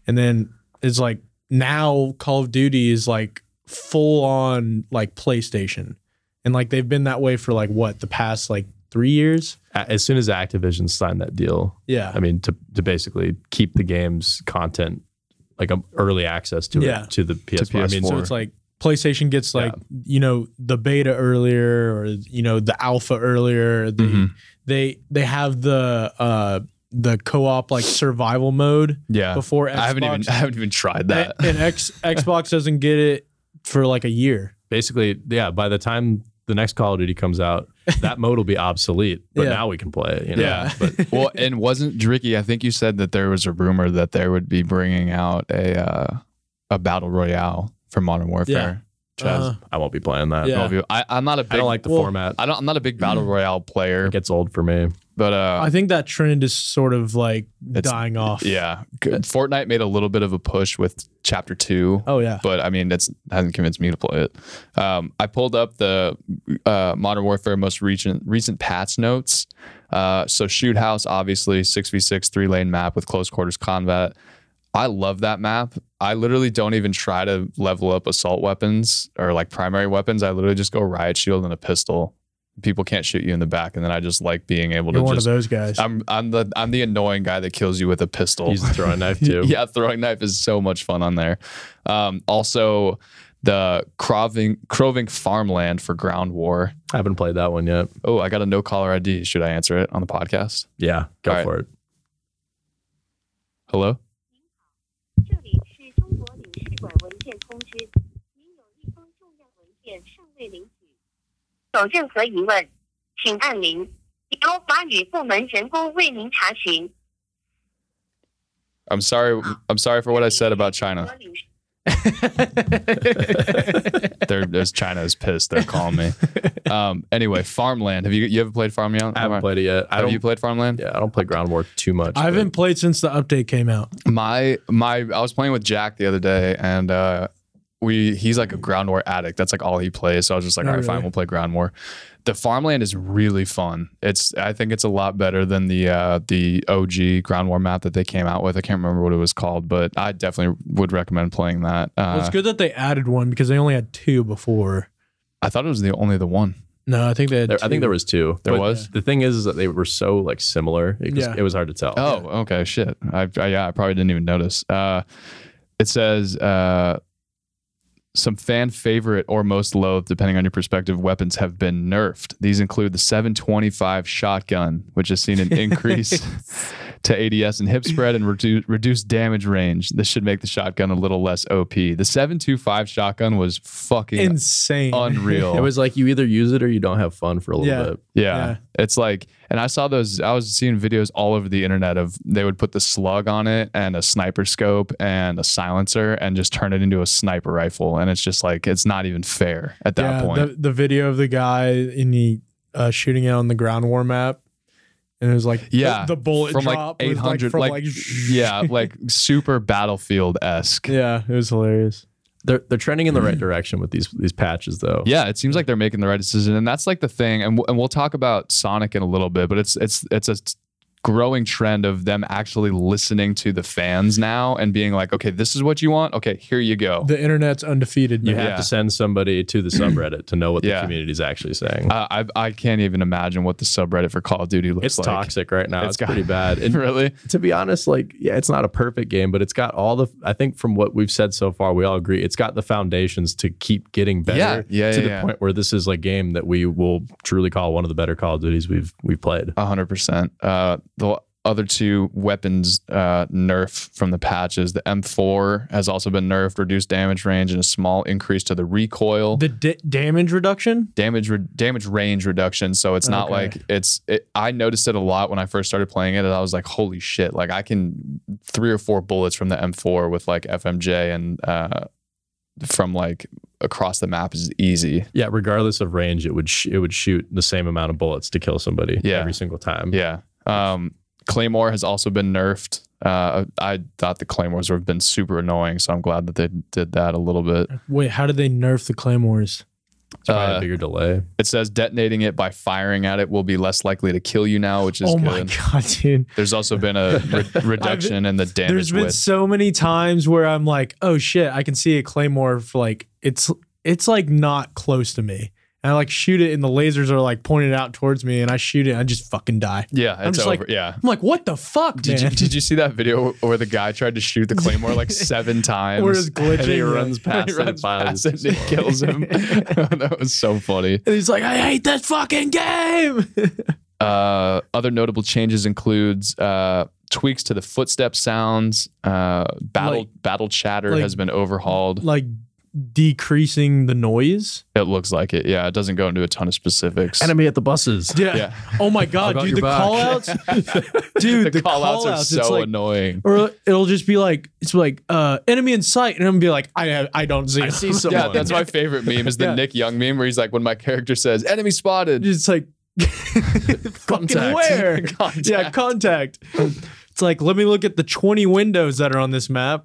[SPEAKER 2] and then it's like now Call of Duty is like full on like PlayStation, and like they've been that way for like what the past like three years.
[SPEAKER 3] A- As soon as Activision signed that deal,
[SPEAKER 2] Yeah,
[SPEAKER 3] I mean to to basically keep the game's content like um, early access to
[SPEAKER 2] Yeah.
[SPEAKER 3] it to the PS4. I mean,
[SPEAKER 1] PS4.
[SPEAKER 2] So
[SPEAKER 1] Or-
[SPEAKER 2] it's like PlayStation gets like you know the beta
[SPEAKER 1] Mm-hmm.
[SPEAKER 2] earlier or you know the alpha earlier. The,
[SPEAKER 1] Mhm.
[SPEAKER 2] They they have the uh the co-op like survival mode
[SPEAKER 1] Yeah.
[SPEAKER 2] before Xbox.
[SPEAKER 1] I haven't even I haven't even tried that.
[SPEAKER 2] and, and X, Xbox doesn't get it for like a year.
[SPEAKER 3] Basically, yeah. By the time the next Call of Duty comes out, that mode will be obsolete. But
[SPEAKER 2] Yeah.
[SPEAKER 3] now we can play it. You know?
[SPEAKER 1] Yeah.
[SPEAKER 3] But
[SPEAKER 1] well, and wasn't Dricky? I think you said that there was a rumor that they would be bringing out a uh, a battle royale for Modern Warfare. Chaz,
[SPEAKER 2] Uh,
[SPEAKER 3] I won't be playing that.
[SPEAKER 2] Yeah.
[SPEAKER 1] both of you. I, I'm not a big.
[SPEAKER 3] I don't like the
[SPEAKER 2] Well,
[SPEAKER 3] format.
[SPEAKER 1] I don't. I'm not a big battle royale player,
[SPEAKER 3] It gets old for me.
[SPEAKER 1] but uh,
[SPEAKER 2] I think that trend is sort of like
[SPEAKER 1] It's-
[SPEAKER 2] dying off.
[SPEAKER 1] yeah, Good. Fortnite made a little bit of a push with Chapter Two.
[SPEAKER 2] Oh yeah.
[SPEAKER 1] But I mean, that's hasn't convinced me to play it. Um, I pulled up the uh, Modern Warfare most recent recent patch notes. Uh, so Shoot House, obviously six v six three lane map with close quarters combat. I love that map. I literally don't even try to level up assault weapons or like primary weapons. I literally just go riot shield and a pistol. People can't shoot you in the back, and then I just like being able
[SPEAKER 2] You're
[SPEAKER 1] to
[SPEAKER 2] one
[SPEAKER 1] just.
[SPEAKER 2] of those guys.
[SPEAKER 1] I'm I'm the I'm the annoying guy that kills you with a pistol.
[SPEAKER 3] He's throwing a knife too.
[SPEAKER 1] Yeah, throwing knife is so much fun on there. Um, also, the Croving, Croving Farmland for Ground War.
[SPEAKER 3] I haven't played that one yet.
[SPEAKER 1] Oh, I got a no caller ID. Should I answer it on the podcast?
[SPEAKER 3] Yeah, go
[SPEAKER 1] All right.
[SPEAKER 3] for it.
[SPEAKER 1] Hello?
[SPEAKER 4] 这里是中国领事馆文件通知，您有一封重要文件尚未领取。有任何疑问，请按零，由法语部门人工为您查询。
[SPEAKER 1] I'm sorry. I'm sorry for what I said about China.
[SPEAKER 4] 领事
[SPEAKER 1] They're, there's China is pissed. They're calling me. Um, anyway, Farmland. Have you you ever played Farmland?
[SPEAKER 3] I haven't played it yet. I
[SPEAKER 1] Have
[SPEAKER 3] don't.
[SPEAKER 1] you played Farmland?
[SPEAKER 3] yeah, I don't play Ground War too much.
[SPEAKER 2] I haven't played since the update came out.
[SPEAKER 1] My my I was playing with Jack the other day and uh we he's like a ground war addict. That's like all he plays. So I was just like,
[SPEAKER 2] Oh,
[SPEAKER 1] all right, fine,
[SPEAKER 2] really?
[SPEAKER 1] we'll play ground war. The farmland is really fun. It's I think it's a lot better than the uh the OG ground war map that they came out with. I can't remember what it was called, but I definitely would recommend playing that. Uh,
[SPEAKER 2] Well, it's good that they added one because they only had two before.
[SPEAKER 1] I thought it was the only the one.
[SPEAKER 2] No, I think they had.
[SPEAKER 3] There, I
[SPEAKER 2] two.
[SPEAKER 3] think there was two.
[SPEAKER 1] There
[SPEAKER 3] But
[SPEAKER 1] was?
[SPEAKER 3] The thing is, is that they were so like similar. It was,
[SPEAKER 2] Yeah.
[SPEAKER 3] it was hard to tell.
[SPEAKER 1] Oh, okay, shit. I, I yeah, I probably didn't even notice. Uh, it says uh, some fan favorite or most loathed, depending on your perspective, weapons have been nerfed. These include the 725 shotgun, which has seen an increase to ADS and hip spread and redu- reduced damage range. This should make the shotgun a little less OP. The 725 shotgun was fucking
[SPEAKER 2] insane.
[SPEAKER 1] unreal.
[SPEAKER 3] It was like you either use it or you don't have fun for a little
[SPEAKER 2] Yeah.
[SPEAKER 3] bit.
[SPEAKER 1] Yeah.
[SPEAKER 2] Yeah.
[SPEAKER 1] It's like, and I saw those, I was seeing videos all over the internet of they would put the slug on it and a sniper scope and a silencer and just turn it into a sniper rifle. And it's just like, it's not even fair at that
[SPEAKER 2] yeah,
[SPEAKER 1] point.
[SPEAKER 2] The, the video of the guy in the uh, shooting it on the ground war map, and it was like
[SPEAKER 1] Yeah,
[SPEAKER 2] the, the bullet
[SPEAKER 1] from like
[SPEAKER 2] drop was,
[SPEAKER 1] 800,
[SPEAKER 2] from,
[SPEAKER 1] like, yeah, like super battlefield esque. Yeah.
[SPEAKER 2] yeah, it was hilarious.
[SPEAKER 3] They're they're trending in the
[SPEAKER 1] Mm.
[SPEAKER 3] right direction with these these patches though.
[SPEAKER 1] it seems like they're making the right decision, and that's like the thing. And, w- and we'll talk about Sonic in a little bit, but it's it's it's a growing trend of them actually listening to the fans now and being like, okay, this is what you want. Okay, here you go.
[SPEAKER 2] The internet's undefeated.
[SPEAKER 3] You
[SPEAKER 2] man.
[SPEAKER 3] have
[SPEAKER 1] Yeah.
[SPEAKER 3] to send somebody to the subreddit to know what
[SPEAKER 1] Yeah.
[SPEAKER 3] the community's actually saying.
[SPEAKER 1] Uh, I I can't even imagine what the subreddit for Call of Duty looks
[SPEAKER 3] it's
[SPEAKER 1] like.
[SPEAKER 3] toxic right now.
[SPEAKER 1] It's
[SPEAKER 3] It's,
[SPEAKER 1] got-
[SPEAKER 3] pretty bad. And
[SPEAKER 1] really?
[SPEAKER 3] to be honest, like yeah, it's not a perfect game, but it's got all the. I think from what we've said so far, we all agree it's got the foundations to keep getting better.
[SPEAKER 1] Yeah. Yeah,
[SPEAKER 3] to
[SPEAKER 1] yeah,
[SPEAKER 3] the
[SPEAKER 1] yeah.
[SPEAKER 3] point where this is a game that we will truly call one of the better Call of Duties we've we've played.
[SPEAKER 1] A hundred percent. Uh, the other two weapons uh, nerf from the patches. The M4 has also been nerfed, reduced damage range, and a small increase to the recoil.
[SPEAKER 2] the da- damage reduction.
[SPEAKER 1] damage re- damage range reduction so it's not
[SPEAKER 2] Okay.
[SPEAKER 1] like it's it, i noticed it a lot when i first started playing it and i was like holy shit like i can three or four bullets from the m4 with like fmj and uh from like across the map is easy
[SPEAKER 3] Yeah, regardless of range, it would sh- it would shoot the same amount of bullets to kill somebody
[SPEAKER 1] Yeah.
[SPEAKER 3] every single time.
[SPEAKER 1] Yeah. Um, Claymore has also been nerfed. Uh, I thought the Claymores would have been super annoying, so I'm glad that they did that a little bit.
[SPEAKER 2] Wait, how did they nerf the claymores?
[SPEAKER 3] It's probably
[SPEAKER 1] Uh,
[SPEAKER 3] a bigger delay.
[SPEAKER 1] It says detonating it by firing at it will be less likely to kill you now, which is
[SPEAKER 2] oh
[SPEAKER 1] good.
[SPEAKER 2] my god, dude!
[SPEAKER 1] There's also been a re- reduction in the
[SPEAKER 2] There's
[SPEAKER 1] damage
[SPEAKER 2] been
[SPEAKER 1] with.
[SPEAKER 2] so many times where I'm like, oh shit, I can see a claymore. For like it's it's like not close to me, and I like shoot it, and the lasers are like pointed out towards me, and I shoot it, and I just fucking die.
[SPEAKER 1] yeah, it's
[SPEAKER 2] just
[SPEAKER 1] over.
[SPEAKER 2] like,
[SPEAKER 1] yeah.
[SPEAKER 2] I'm like, what the fuck,
[SPEAKER 1] Did you,
[SPEAKER 2] man?
[SPEAKER 1] did you see that video where the guy tried to shoot the claymore like seven times?
[SPEAKER 2] Or it's glitching.
[SPEAKER 1] And he
[SPEAKER 2] yeah.
[SPEAKER 1] runs past
[SPEAKER 3] He
[SPEAKER 1] it,
[SPEAKER 3] runs
[SPEAKER 1] past
[SPEAKER 3] past
[SPEAKER 1] it, and it kills him. that was so funny.
[SPEAKER 2] And he's like, I hate this fucking game.
[SPEAKER 1] Uh, other notable changes includes uh, tweaks to the footstep sounds. Uh, battle
[SPEAKER 2] Like-
[SPEAKER 1] battle chatter
[SPEAKER 2] like-
[SPEAKER 1] has been overhauled.
[SPEAKER 2] like decreasing the noise.
[SPEAKER 1] it looks like it. Yeah, it doesn't go into a ton of specifics.
[SPEAKER 3] Enemy at the buses.
[SPEAKER 2] Yeah.
[SPEAKER 1] Yeah.
[SPEAKER 2] Oh my god,
[SPEAKER 3] got
[SPEAKER 2] dude,
[SPEAKER 3] your
[SPEAKER 2] the
[SPEAKER 3] back.
[SPEAKER 2] call outs. dude, the,
[SPEAKER 1] the, call outs are
[SPEAKER 2] it's
[SPEAKER 1] so
[SPEAKER 2] like
[SPEAKER 1] annoying.
[SPEAKER 2] or it'll just be like it's like uh enemy in sight and I'm gonna be like I have, I don't see
[SPEAKER 3] I
[SPEAKER 2] it.
[SPEAKER 3] see someone.
[SPEAKER 1] Yeah, that's my favorite meme is the
[SPEAKER 2] Yeah.
[SPEAKER 1] Nick Young meme where he's like, when my character says enemy spotted.
[SPEAKER 2] It's like fucking
[SPEAKER 3] Contact.
[SPEAKER 2] where?
[SPEAKER 1] Contact.
[SPEAKER 2] Yeah, contact. it's like let me look at the 20 windows that are on this map.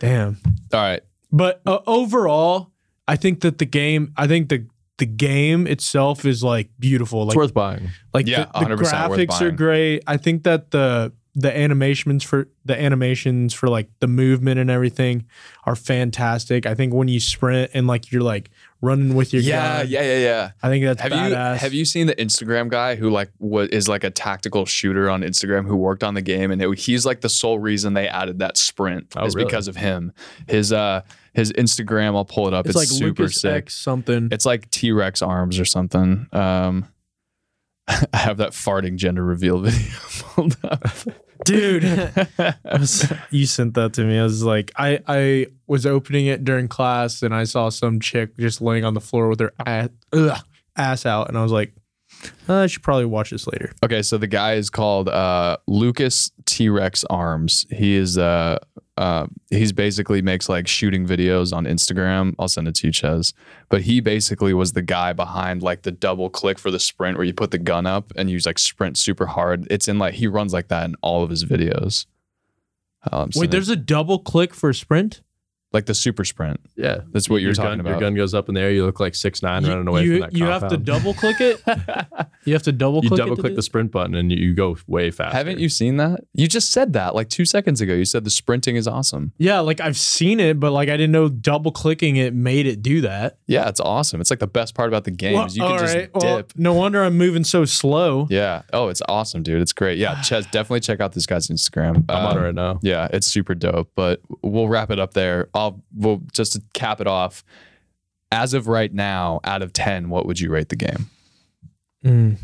[SPEAKER 2] Damn.
[SPEAKER 1] All right.
[SPEAKER 2] But uh, overall, I think that the game I think the the game itself is like beautiful.
[SPEAKER 3] It's
[SPEAKER 2] Like
[SPEAKER 3] worth buying.
[SPEAKER 2] Like
[SPEAKER 1] Yeah,
[SPEAKER 2] the, the
[SPEAKER 1] 100% worth
[SPEAKER 2] graphics are
[SPEAKER 1] buying.
[SPEAKER 2] great. I think that the the animations for the animations for like the movement and everything are fantastic. I think when you sprint and like you're like running with your
[SPEAKER 1] Yeah,
[SPEAKER 2] gun,
[SPEAKER 1] yeah, yeah, yeah.
[SPEAKER 2] I think that's
[SPEAKER 1] Have you
[SPEAKER 2] badass.
[SPEAKER 1] have you seen the Instagram guy who like was is like a tactical shooter on Instagram who worked on the game and it, he's like the sole reason they added that sprint
[SPEAKER 3] Oh,
[SPEAKER 1] is
[SPEAKER 3] really?
[SPEAKER 1] because of him. His uh his Instagram, I'll pull it up.
[SPEAKER 2] It's,
[SPEAKER 1] It's,
[SPEAKER 2] like
[SPEAKER 1] super
[SPEAKER 2] Lucas
[SPEAKER 1] sick.
[SPEAKER 2] X something.
[SPEAKER 1] It's like T Rex arms or something. Um, I have that farting gender reveal video pulled up.
[SPEAKER 2] Dude, I was- you sent that to me. I was like, I I was opening it during class and I saw some chick just laying on the floor with her ass, ugh, ass out, and I was like, uh, I should probably watch this later.
[SPEAKER 1] Okay, so the guy is called uh, Lucas T Rex Arms. He is uh, uh, he's basically makes like shooting videos on Instagram. I'll send it to you, Ches. But he basically was the guy behind like the double click for the sprint where you put the gun up and you like sprint super hard. It's in like he runs like that in all of his videos. Um,
[SPEAKER 2] Wait, there's a double click for sprint.
[SPEAKER 1] like the super sprint.
[SPEAKER 3] Yeah.
[SPEAKER 1] That's what you're
[SPEAKER 3] your
[SPEAKER 1] talking
[SPEAKER 3] gun,
[SPEAKER 1] about.
[SPEAKER 3] Your gun goes up in the air. You look like six nine
[SPEAKER 2] You-
[SPEAKER 3] running away
[SPEAKER 2] you,
[SPEAKER 3] from that
[SPEAKER 2] you
[SPEAKER 3] compound.
[SPEAKER 2] have to double click it. you have to double
[SPEAKER 3] you
[SPEAKER 2] click.
[SPEAKER 3] double click the sprint button and you, you go way faster.
[SPEAKER 1] Haven't you seen that? You just said that like two seconds ago. You said the sprinting is awesome.
[SPEAKER 2] Yeah, like I've seen it, but like I didn't know double clicking it made it do that.
[SPEAKER 1] Yeah, it's awesome. It's like the best part about the game is you can
[SPEAKER 2] all
[SPEAKER 1] just
[SPEAKER 2] right,
[SPEAKER 1] dip.
[SPEAKER 2] well, no wonder I'm moving so slow.
[SPEAKER 1] Yeah. Oh, it's awesome, dude. It's great. Yeah, Ches, definitely check out this guy's Instagram.
[SPEAKER 3] I'm on
[SPEAKER 1] Um,
[SPEAKER 3] it right now.
[SPEAKER 1] Yeah, it's super dope. But we'll wrap it up there. I'll we'll just to cap it off. As of right now, out of ten, what would you rate the game?
[SPEAKER 2] Mm.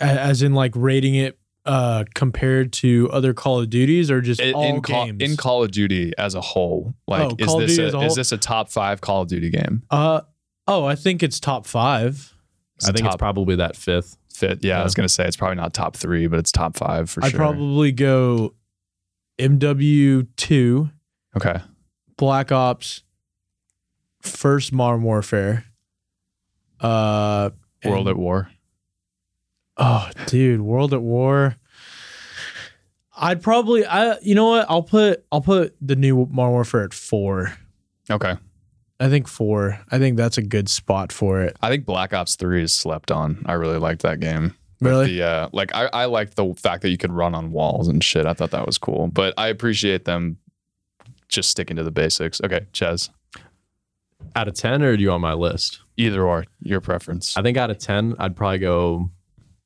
[SPEAKER 2] A- As in, like rating it uh compared to other Call of Duties or just
[SPEAKER 1] In,
[SPEAKER 2] all
[SPEAKER 1] in Call,
[SPEAKER 2] games.
[SPEAKER 1] in Call of Duty as a whole, like
[SPEAKER 2] Oh,
[SPEAKER 1] is
[SPEAKER 2] Call of
[SPEAKER 1] this
[SPEAKER 2] Duty
[SPEAKER 1] a,
[SPEAKER 2] as a whole?
[SPEAKER 1] is this a top five Call of Duty game?
[SPEAKER 2] uh oh, I think it's top five.
[SPEAKER 1] Is
[SPEAKER 3] I
[SPEAKER 1] it
[SPEAKER 3] think it's
[SPEAKER 1] top
[SPEAKER 3] probably that fifth.
[SPEAKER 1] fit. Yeah, I was gonna say it's probably not top three, but it's top five for
[SPEAKER 2] I'd
[SPEAKER 1] sure.
[SPEAKER 2] probably go MW two.
[SPEAKER 1] okay.
[SPEAKER 2] Black Ops, First Modern Warfare, uh, and-
[SPEAKER 1] World at War.
[SPEAKER 2] oh, dude, World at War. I'd probably, I, you know what? I'll put, I'll put the new Modern Warfare at four.
[SPEAKER 1] Okay.
[SPEAKER 2] I think four. I think that's a good spot for it.
[SPEAKER 1] I think Black Ops 3 is slept on. I really liked that game. With
[SPEAKER 2] Really?
[SPEAKER 1] The, uh, like I, I liked the fact that you could run on walls and shit. I thought that was cool. But I appreciate them just sticking to the basics. Okay, Ches.
[SPEAKER 3] Out of ten, or do you on my list?
[SPEAKER 1] Either or your preference.
[SPEAKER 3] I think out of ten, I'd probably go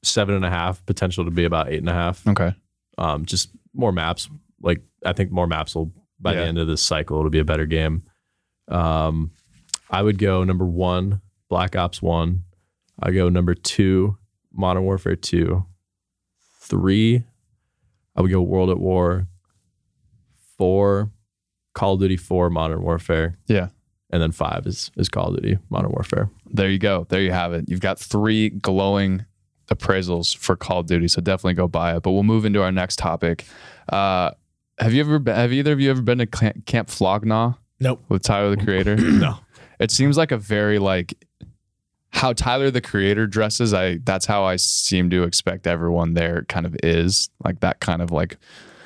[SPEAKER 3] seven and a half. Potential to be about eight and a half.
[SPEAKER 1] Okay.
[SPEAKER 3] Um, just more maps. Like I think more maps will by
[SPEAKER 1] Yeah.
[SPEAKER 3] the end of this cycle, it'll be a better game. Um, I would go number one, Black Ops One. I go number two, Modern Warfare Two. Three, I would go World at War. Four, Call of Duty Four, Modern Warfare.
[SPEAKER 1] Yeah.
[SPEAKER 3] and then five is is Call of Duty Modern Warfare.
[SPEAKER 1] There you go. There you have it. You've got three glowing appraisals for Call of Duty, so definitely go buy it. But we'll move into our next topic. Uh, have you ever been, have either of you ever been to Camp, Camp Flognaw?
[SPEAKER 2] Nope.
[SPEAKER 1] With Tyler the Creator?
[SPEAKER 3] No.
[SPEAKER 1] It seems like a very like how Tyler the Creator dresses. I that's how I seem to expect everyone there kind of is like that kind of like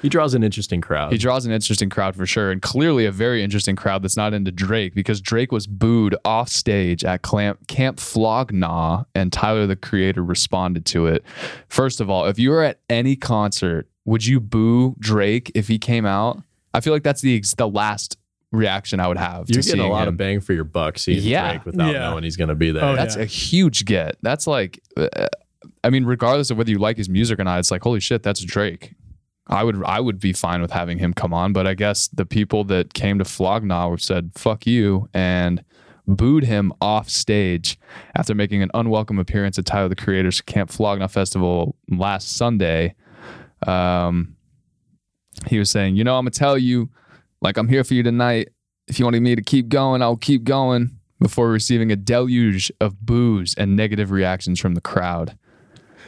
[SPEAKER 3] He draws an interesting crowd.
[SPEAKER 1] he draws an interesting crowd for sure, and clearly a very interesting crowd that's not into Drake because Drake was booed off stage at Clamp, Camp Flognaw, and Tyler the Creator responded to it. First of all, if you were at any concert, would you boo Drake if he came out? I feel like that's the ex- the last reaction I would have.
[SPEAKER 3] You're
[SPEAKER 1] to
[SPEAKER 3] getting a
[SPEAKER 1] seeing
[SPEAKER 3] lot
[SPEAKER 1] him.
[SPEAKER 3] of bang for your buck seeing
[SPEAKER 1] Yeah.
[SPEAKER 3] Drake without
[SPEAKER 2] Yeah.
[SPEAKER 3] knowing he's going to be there.
[SPEAKER 2] Oh, yeah.
[SPEAKER 1] That's a huge get. That's like, uh, I mean, regardless of whether you like his music or not, it's like, holy shit, that's Drake. I would I would be fine with having him come on, but I guess the people that came to Flognaw said fuck you and booed him off stage after making an unwelcome appearance at Tyler the Creator's Camp Flogna Festival last Sunday. Um, he was saying, You know, I'm going to tell you, like, I'm here for you tonight. If you wanted me to keep going, I'll keep going. Before receiving a deluge of boos and negative reactions from the crowd.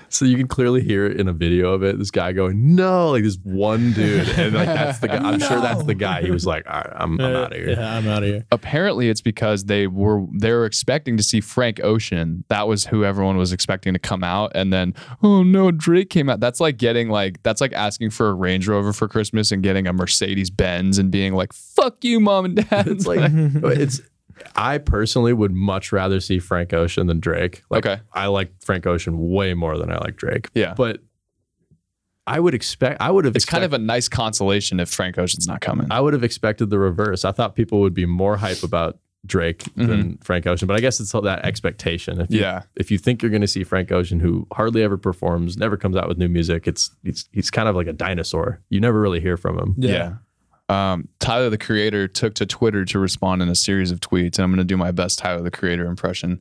[SPEAKER 3] So you can clearly hear in a video of it, this guy going, "No!" Like this one dude, and like that's the guy. I'm sure that's the guy. He was like, "All right, I'm, I'm out of here."
[SPEAKER 2] Uh, Yeah, I'm out of here.
[SPEAKER 1] apparently it's because they were they were expecting to see Frank Ocean. That was who everyone was expecting to come out, and then oh no, Drake came out. That's like getting like that's like asking for a Range Rover for Christmas and getting a Mercedes Benz and being like fuck you, mom and dad.
[SPEAKER 3] It's like it's. I personally would much rather see Frank Ocean than Drake. Like,
[SPEAKER 1] Okay.
[SPEAKER 3] I like Frank Ocean way more than I like Drake.
[SPEAKER 1] yeah,
[SPEAKER 3] But I would expect. I would have.
[SPEAKER 1] it's kind
[SPEAKER 3] expect-
[SPEAKER 1] of a nice consolation if Frank Ocean's not coming.
[SPEAKER 3] I would have expected the reverse. I thought people would be more hype about Drake
[SPEAKER 1] Mm-hmm.
[SPEAKER 3] than Frank Ocean, but I guess it's all that expectation. If you,
[SPEAKER 1] Yeah.
[SPEAKER 3] If you think you're going to see Frank Ocean, who hardly ever performs, never comes out with new music, it's he's he's kind of like a dinosaur. You never really hear from him.
[SPEAKER 2] Yeah.
[SPEAKER 1] Um, Tyler the Creator took to Twitter to respond in a series of tweets, and I'm going to do my best Tyler the Creator impression.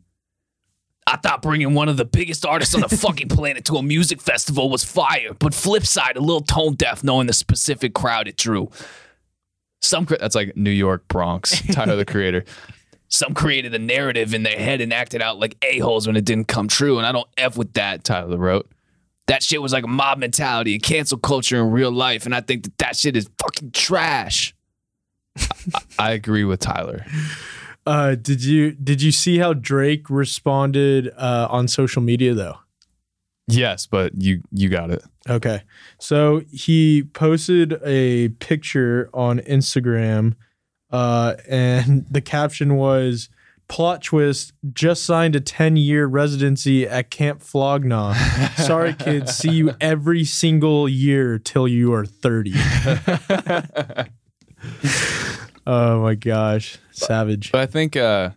[SPEAKER 5] I thought bringing one of the biggest artists on the fucking planet to a music festival was fire, but flip side, a little tone deaf knowing the specific crowd it drew.
[SPEAKER 1] Some cre- that's like New York Bronx. Tyler the Creator.
[SPEAKER 5] Some created a narrative in their head and acted out like a-holes when it didn't come true, and I don't F with that.
[SPEAKER 1] Tyler wrote.
[SPEAKER 5] That shit was like a mob mentality and cancel culture in real life, and I think that that shit is fucking trash.
[SPEAKER 1] I agree with Tyler.
[SPEAKER 2] Uh, did you did you see how Drake responded uh, on social media though?
[SPEAKER 1] Yes, but you you got it.
[SPEAKER 2] Okay. So he posted a picture on Instagram, uh, and the caption was Plot twist just signed a 10 year residency at Camp Flogna. Sorry, kids. See you every single year till you are 30. oh my gosh. Savage.
[SPEAKER 1] But I think uh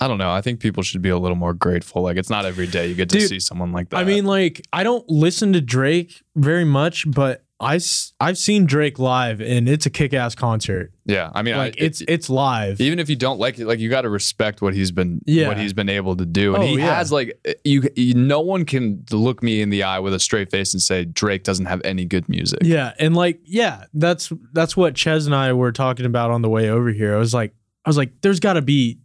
[SPEAKER 1] I don't know. I think people should be a little more grateful. Like it's not every day you get to
[SPEAKER 2] Dude,
[SPEAKER 1] see someone like that.
[SPEAKER 2] I mean, like, I don't listen to Drake very much, but I, s- I've seen Drake live, and it's a kick ass concert.
[SPEAKER 1] yeah. I mean,
[SPEAKER 2] like
[SPEAKER 1] I,
[SPEAKER 2] it's it's live.
[SPEAKER 1] even if you don't like it, like you got to respect what he's been,
[SPEAKER 2] Yeah.
[SPEAKER 1] what he's been able to do, and
[SPEAKER 2] Oh,
[SPEAKER 1] he
[SPEAKER 2] yeah.
[SPEAKER 1] has like eh, you, you. No one can look me in the eye with a straight face and say Drake doesn't have any good music.
[SPEAKER 2] Yeah, and like yeah, that's that's what Ches and I were talking about on the way over here. I was like, I was like, there's got to be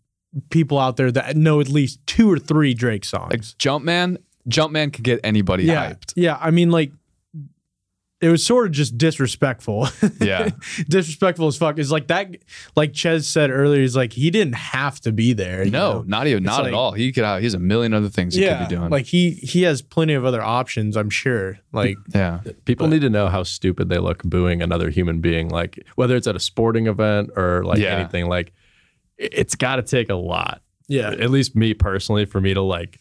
[SPEAKER 2] people out there that know at least two or three Drake songs.
[SPEAKER 1] Like Jumpman, Jumpman could get anybody
[SPEAKER 2] yeah,
[SPEAKER 1] hyped.
[SPEAKER 2] yeah. I mean, like, it was sort of just disrespectful.
[SPEAKER 1] Yeah,
[SPEAKER 2] disrespectful as fuck. Is like that. Like Ches said earlier, he's like he didn't have to be there. you
[SPEAKER 1] no,
[SPEAKER 2] know?
[SPEAKER 1] not even, not
[SPEAKER 2] like-
[SPEAKER 1] at all. He could have. He has a million other things he
[SPEAKER 2] yeah,
[SPEAKER 1] could be doing.
[SPEAKER 2] like he he has plenty of other options. I'm sure. Like
[SPEAKER 1] yeah,
[SPEAKER 3] People need to know how stupid they look booing another human being, like whether it's at a sporting event or like
[SPEAKER 1] Yeah.
[SPEAKER 3] anything. Like it- it's got to take a lot.
[SPEAKER 2] yeah,
[SPEAKER 3] At least me personally, for me to like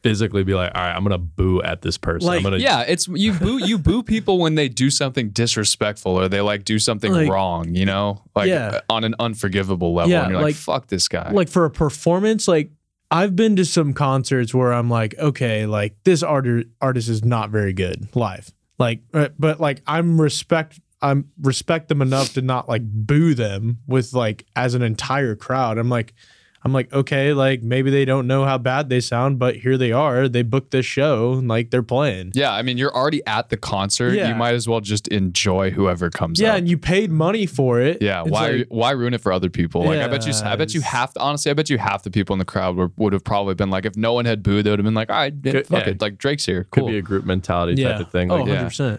[SPEAKER 3] physically be like, all right, I'm gonna boo at this person.
[SPEAKER 2] Like,
[SPEAKER 3] I'm gonna
[SPEAKER 1] Yeah, it's you boo you boo people when they do something disrespectful or they like do something
[SPEAKER 2] Like-
[SPEAKER 1] wrong, you know? Like
[SPEAKER 2] Yeah.
[SPEAKER 1] on an unforgivable level.
[SPEAKER 2] Yeah,
[SPEAKER 1] and you're like,
[SPEAKER 2] like-
[SPEAKER 1] fuck this guy.
[SPEAKER 2] like for a performance like i've been to some concerts where i'm like okay like this art- artist is not very good live like uh, but like i'm respect i'm respect them enough to not like boo them with like as an entire crowd i'm like i'm like okay like maybe they don't know how bad they sound but here they are they booked this show and like they're playing
[SPEAKER 1] yeah, I mean you're already at the concert.
[SPEAKER 2] Yeah.
[SPEAKER 1] You might as well just enjoy whoever comes
[SPEAKER 2] yeah
[SPEAKER 1] up.
[SPEAKER 2] and you paid money for it
[SPEAKER 1] Yeah,
[SPEAKER 2] It's
[SPEAKER 1] why
[SPEAKER 2] like-
[SPEAKER 1] why ruin it for other people? Like I bet you I bet you
[SPEAKER 2] Yes.
[SPEAKER 1] half honestly, I bet you half the people in the crowd were, would have probably been like if no one had booed, they would have been like, all right,
[SPEAKER 3] Could-
[SPEAKER 1] fuck
[SPEAKER 3] yeah.
[SPEAKER 1] it. Like Drake's here.
[SPEAKER 3] could
[SPEAKER 1] Cool.
[SPEAKER 3] be a group mentality
[SPEAKER 2] yeah
[SPEAKER 3] type of thing.
[SPEAKER 2] oh
[SPEAKER 3] Like
[SPEAKER 1] yeah.
[SPEAKER 2] 100%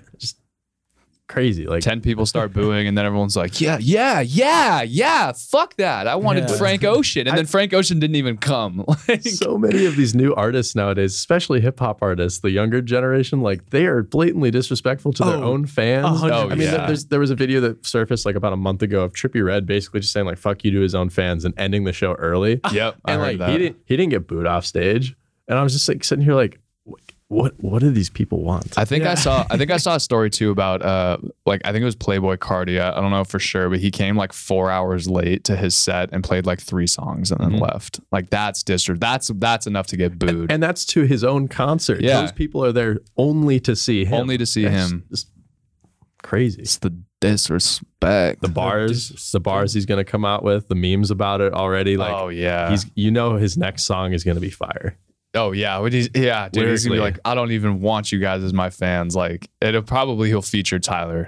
[SPEAKER 3] crazy. Like
[SPEAKER 1] Ten people start booing, and then everyone's like, "Yeah, yeah, yeah, yeah! Fuck that! I wanted
[SPEAKER 2] Yeah.
[SPEAKER 1] Frank Ocean, and then Frank Ocean didn't even come." Like,
[SPEAKER 3] so many of these new artists nowadays, especially hip hop artists, the younger generation, like they are blatantly disrespectful to their
[SPEAKER 2] Oh,
[SPEAKER 3] own fans.
[SPEAKER 2] a hundred
[SPEAKER 1] Oh,
[SPEAKER 3] I mean,
[SPEAKER 1] yeah.
[SPEAKER 3] there- there's, there was a video that surfaced like about a month ago of Trippy Red basically just saying like "fuck you" to his own fans and ending the show early.
[SPEAKER 1] Yep, I
[SPEAKER 3] and
[SPEAKER 1] heard
[SPEAKER 3] like
[SPEAKER 1] that.
[SPEAKER 3] he didn't he didn't get booed off stage, and I was just like sitting here like, what what do these people want?
[SPEAKER 1] I think I
[SPEAKER 2] Yeah.
[SPEAKER 1] saw. I think I saw a story too about uh, like I think it was Playboy Cardi. I I don't know for sure, but he came like four hours late to his set and played like three songs and then
[SPEAKER 3] Mhm.
[SPEAKER 1] left. Like that's disres. That's that's enough to get booed.
[SPEAKER 3] and that's to his own concert.
[SPEAKER 1] Yeah.
[SPEAKER 3] Those people are there only to see him.
[SPEAKER 1] Only to see
[SPEAKER 3] That's
[SPEAKER 1] him.
[SPEAKER 3] just crazy.
[SPEAKER 1] it's the disrespect.
[SPEAKER 3] the bars, the bars he's gonna come out with, the memes about it already. Like
[SPEAKER 1] oh yeah.
[SPEAKER 3] he's, you know, his next song is gonna be fire.
[SPEAKER 1] oh yeah. What he's, yeah, dude. He's gonna be like,
[SPEAKER 3] Lyrically.
[SPEAKER 1] I don't even want you guys as my fans. Like, it'll probably he'll feature Tyler.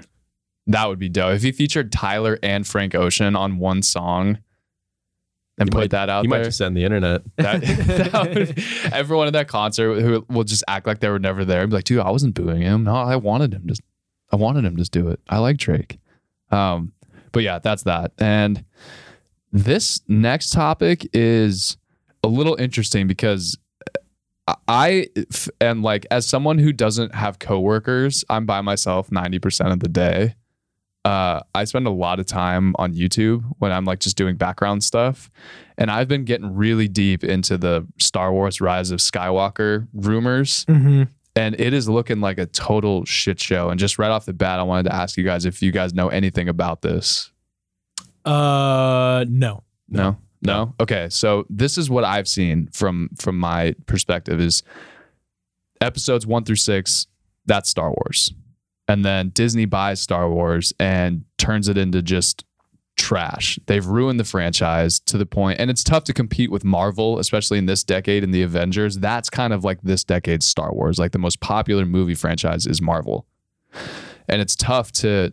[SPEAKER 1] That would be dope. If he featured Tyler and Frank Ocean on one song and
[SPEAKER 3] He
[SPEAKER 1] put
[SPEAKER 3] might-
[SPEAKER 1] that out
[SPEAKER 3] He
[SPEAKER 1] there.
[SPEAKER 3] might just send the internet.
[SPEAKER 1] That, that would, everyone at that concert who will just act like they were never there and be like, dude, I wasn't booing him. No, I wanted him. Just I wanted him to do it. I like Drake. Um, but yeah, that's that. And this next topic is a little interesting because I f- and like as someone who doesn't have coworkers, I'm by myself 90% of the day. Uh, I spend a lot of time on YouTube when I'm like just doing background stuff. And I've been getting really deep into the Star Wars Rise of Skywalker rumors.
[SPEAKER 2] Mm-hmm.
[SPEAKER 1] And it is looking like a total shit show. And just right off the bat, I wanted to ask you guys if you guys know anything about this.
[SPEAKER 2] Uh, no.
[SPEAKER 1] No. No. Okay. So this is what I've seen from from my perspective is episodes 1 through 6 that's Star Wars. And then Disney buys Star Wars and turns it into just trash. They've ruined the franchise to the point and it's tough to compete with Marvel especially in this decade and the Avengers. That's kind of like this decade's Star Wars. Like the most popular movie franchise is Marvel. And it's tough to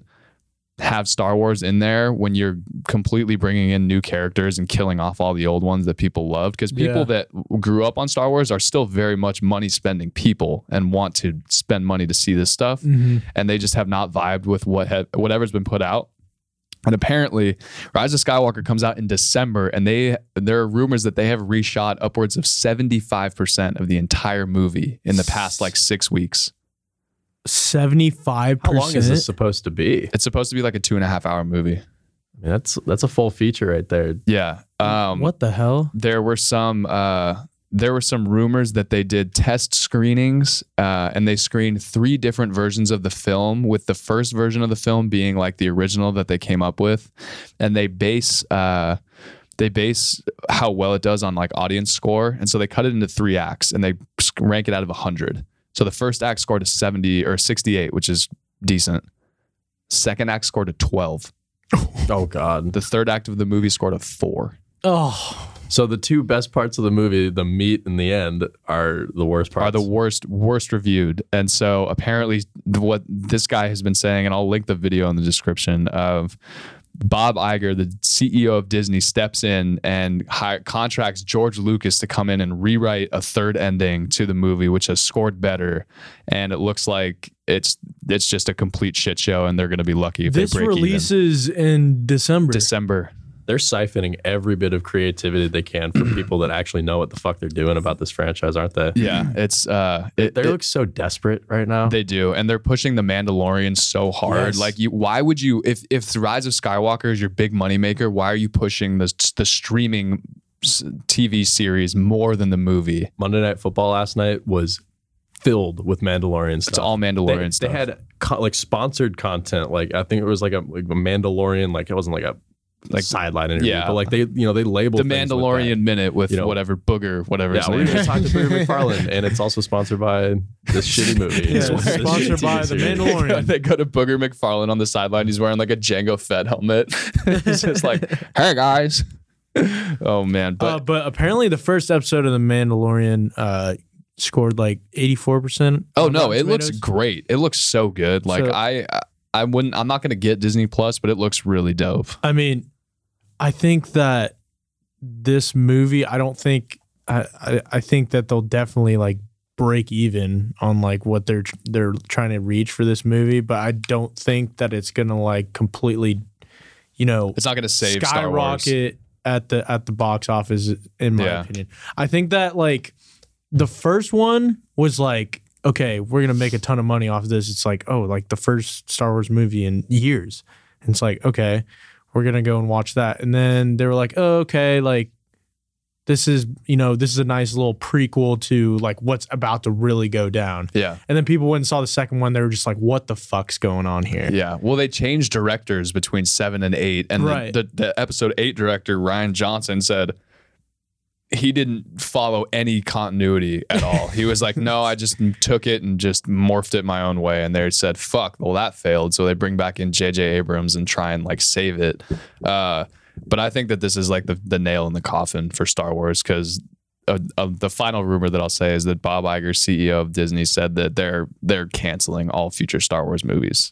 [SPEAKER 1] have Star Wars in there when you're completely bringing in new characters and killing off all the old ones that people loved because people
[SPEAKER 2] Yeah.
[SPEAKER 1] that grew up on Star Wars are still very much money spending people and want to spend money to see this stuff
[SPEAKER 2] Mm-hmm.
[SPEAKER 1] and they just have not vibed with what ha- whatever's been put out. And apparently, Rise of Skywalker comes out in December, and they there are rumors that they have reshot upwards of seventy five percent of the entire movie in the past like six weeks.
[SPEAKER 2] Seventy-five
[SPEAKER 3] How long is this
[SPEAKER 2] percent.
[SPEAKER 3] supposed to be?
[SPEAKER 1] It's supposed to be like a two and a half hour movie.
[SPEAKER 3] I mean, that's that's a full feature right there.
[SPEAKER 1] Yeah. Um,
[SPEAKER 2] What the hell?
[SPEAKER 1] there were some uh, there were some rumors that they did test screenings uh, and they screened three different versions of the film with the first version of the film being like the original that they came up with and they base uh, they base how well it does on like audience score and so they cut it into three acts and they sc- rank it out of 100 so the first act scored a 70 or 68 which is decent second act scored a 12
[SPEAKER 3] Oh God.
[SPEAKER 1] the third act of the movie scored a 4
[SPEAKER 2] Oh,
[SPEAKER 3] So the two best parts of the movie, the meat and the end, are the worst parts.
[SPEAKER 1] are the worst worst reviewed and so apparently th- what this guy has been saying and i'll link the video in the description of bob Iger, the ceo of disney steps in and hire, contracts george lucas to come in and rewrite a third ending to the movie which has scored better and it looks like it's it's just a complete shit show and they're going to be lucky if
[SPEAKER 2] this
[SPEAKER 1] they break even
[SPEAKER 2] releases in December.
[SPEAKER 1] december
[SPEAKER 3] They're siphoning every bit of creativity they can from people that actually know what the fuck they're doing about this franchise, aren't they?
[SPEAKER 1] yeah it's uh it,
[SPEAKER 3] They
[SPEAKER 1] it-
[SPEAKER 3] look so desperate right now.
[SPEAKER 1] They do, and they're pushing the Mandalorian so hard.
[SPEAKER 3] Yes.
[SPEAKER 1] Like, you, why would you? If if the Rise of Skywalker is your big moneymaker, why are you pushing the the streaming s- TV series more than the movie?
[SPEAKER 3] Monday Night Football last night was filled with Mandalorian stuff.
[SPEAKER 1] It's all
[SPEAKER 3] they,
[SPEAKER 1] Mandalorian
[SPEAKER 3] they
[SPEAKER 1] stuff.
[SPEAKER 3] had co- like sponsored content. Like I think it was like a, like a Mandalorian. Like it wasn't like a
[SPEAKER 1] Like-
[SPEAKER 3] like sideline interview,
[SPEAKER 1] yeah.
[SPEAKER 3] but like they you know they labeled
[SPEAKER 1] the
[SPEAKER 3] things with that.
[SPEAKER 1] Mandalorian minute with
[SPEAKER 3] You know-
[SPEAKER 1] whatever booger, whatever
[SPEAKER 3] Yeah,
[SPEAKER 1] his
[SPEAKER 3] we're
[SPEAKER 1] name
[SPEAKER 3] gonna
[SPEAKER 1] is.
[SPEAKER 3] talk to Peter McFarland, and it's also sponsored by this shitty movie.
[SPEAKER 2] Yeah, it's
[SPEAKER 3] This shitty
[SPEAKER 2] sponsored
[SPEAKER 3] TV
[SPEAKER 2] by the
[SPEAKER 3] series.
[SPEAKER 2] Mandalorian.
[SPEAKER 1] they go to Booger McFarlane on the sideline. He's wearing like a Django Fett helmet. He's just like, "Hey guys." Oh man, but
[SPEAKER 2] uh, but apparently, the first episode of The Mandalorian uh, scored like eighty-four percent.
[SPEAKER 1] Oh no, it looks great. It looks so good. Like
[SPEAKER 2] So-
[SPEAKER 1] I, I- I wouldn't. I'm not gonna get Disney Plus, but it looks really dope.
[SPEAKER 2] I mean, I think that this movie. I don't think. I, I I think that they'll definitely like break even on like what they're they're trying to reach for this movie, but I don't think that it's gonna like completely, you know,
[SPEAKER 1] It's not gonna save Star Wars.
[SPEAKER 2] skyrocket at the at the box office. In my
[SPEAKER 1] Yeah.
[SPEAKER 2] opinion, I think that like the first one was like. Okay, we're gonna make a ton of money off of this. It's like, oh, like the first Star Wars movie in years. And it's like, okay, we're gonna go and watch that. And then they were like, oh, okay, like this is you know this is a nice little prequel to like what's about to really go down.
[SPEAKER 1] Yeah,
[SPEAKER 2] And then people went and saw the second one. They were just like, what the fuck's going on here?
[SPEAKER 1] yeah. Well, they changed directors between seven and eight, and the-
[SPEAKER 2] Right.
[SPEAKER 1] the, the episode eight director Ryan Johnson said, he didn't follow any continuity at all. He was like, no, I just took it and just morphed it my own way. And they said, fuck, well, that failed. So they bring back in JJ Abrams and try and like save it. Uh, but I think that this is like the, the nail in the coffin for Star Wars because uh, uh, the final rumor that I'll say is that Bob Iger, CEO of Disney, said that they're they're canceling all future Star Wars movies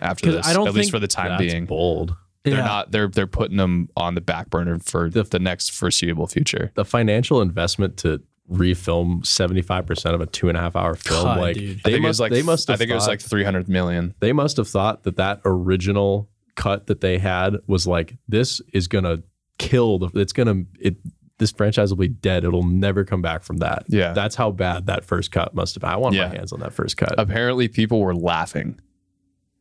[SPEAKER 1] after
[SPEAKER 3] 'Cause
[SPEAKER 1] this,
[SPEAKER 3] I don't
[SPEAKER 1] at least
[SPEAKER 3] think
[SPEAKER 1] for the time
[SPEAKER 3] That's
[SPEAKER 1] being.
[SPEAKER 3] bold.
[SPEAKER 1] They're
[SPEAKER 2] Yeah.
[SPEAKER 1] not. They're they're putting them on the back burner for the,
[SPEAKER 3] The-
[SPEAKER 1] the next foreseeable future.
[SPEAKER 3] The financial investment to refilm seventy five percent of a two and a half hour film,
[SPEAKER 2] God,
[SPEAKER 3] like
[SPEAKER 2] dude.
[SPEAKER 1] I
[SPEAKER 3] they
[SPEAKER 1] think it
[SPEAKER 3] must,
[SPEAKER 1] was like
[SPEAKER 3] they must. Have
[SPEAKER 1] I think it was
[SPEAKER 3] thought-
[SPEAKER 1] like three hundred million.
[SPEAKER 3] they must have thought that that original cut that they had was like this is gonna kill the it's gonna it this franchise will be dead it'll never come back from that
[SPEAKER 1] Yeah.
[SPEAKER 3] that's how bad that first cut must have been i want
[SPEAKER 1] Yeah. Uh,
[SPEAKER 3] my hands on that first cut
[SPEAKER 1] Apparently, people were laughing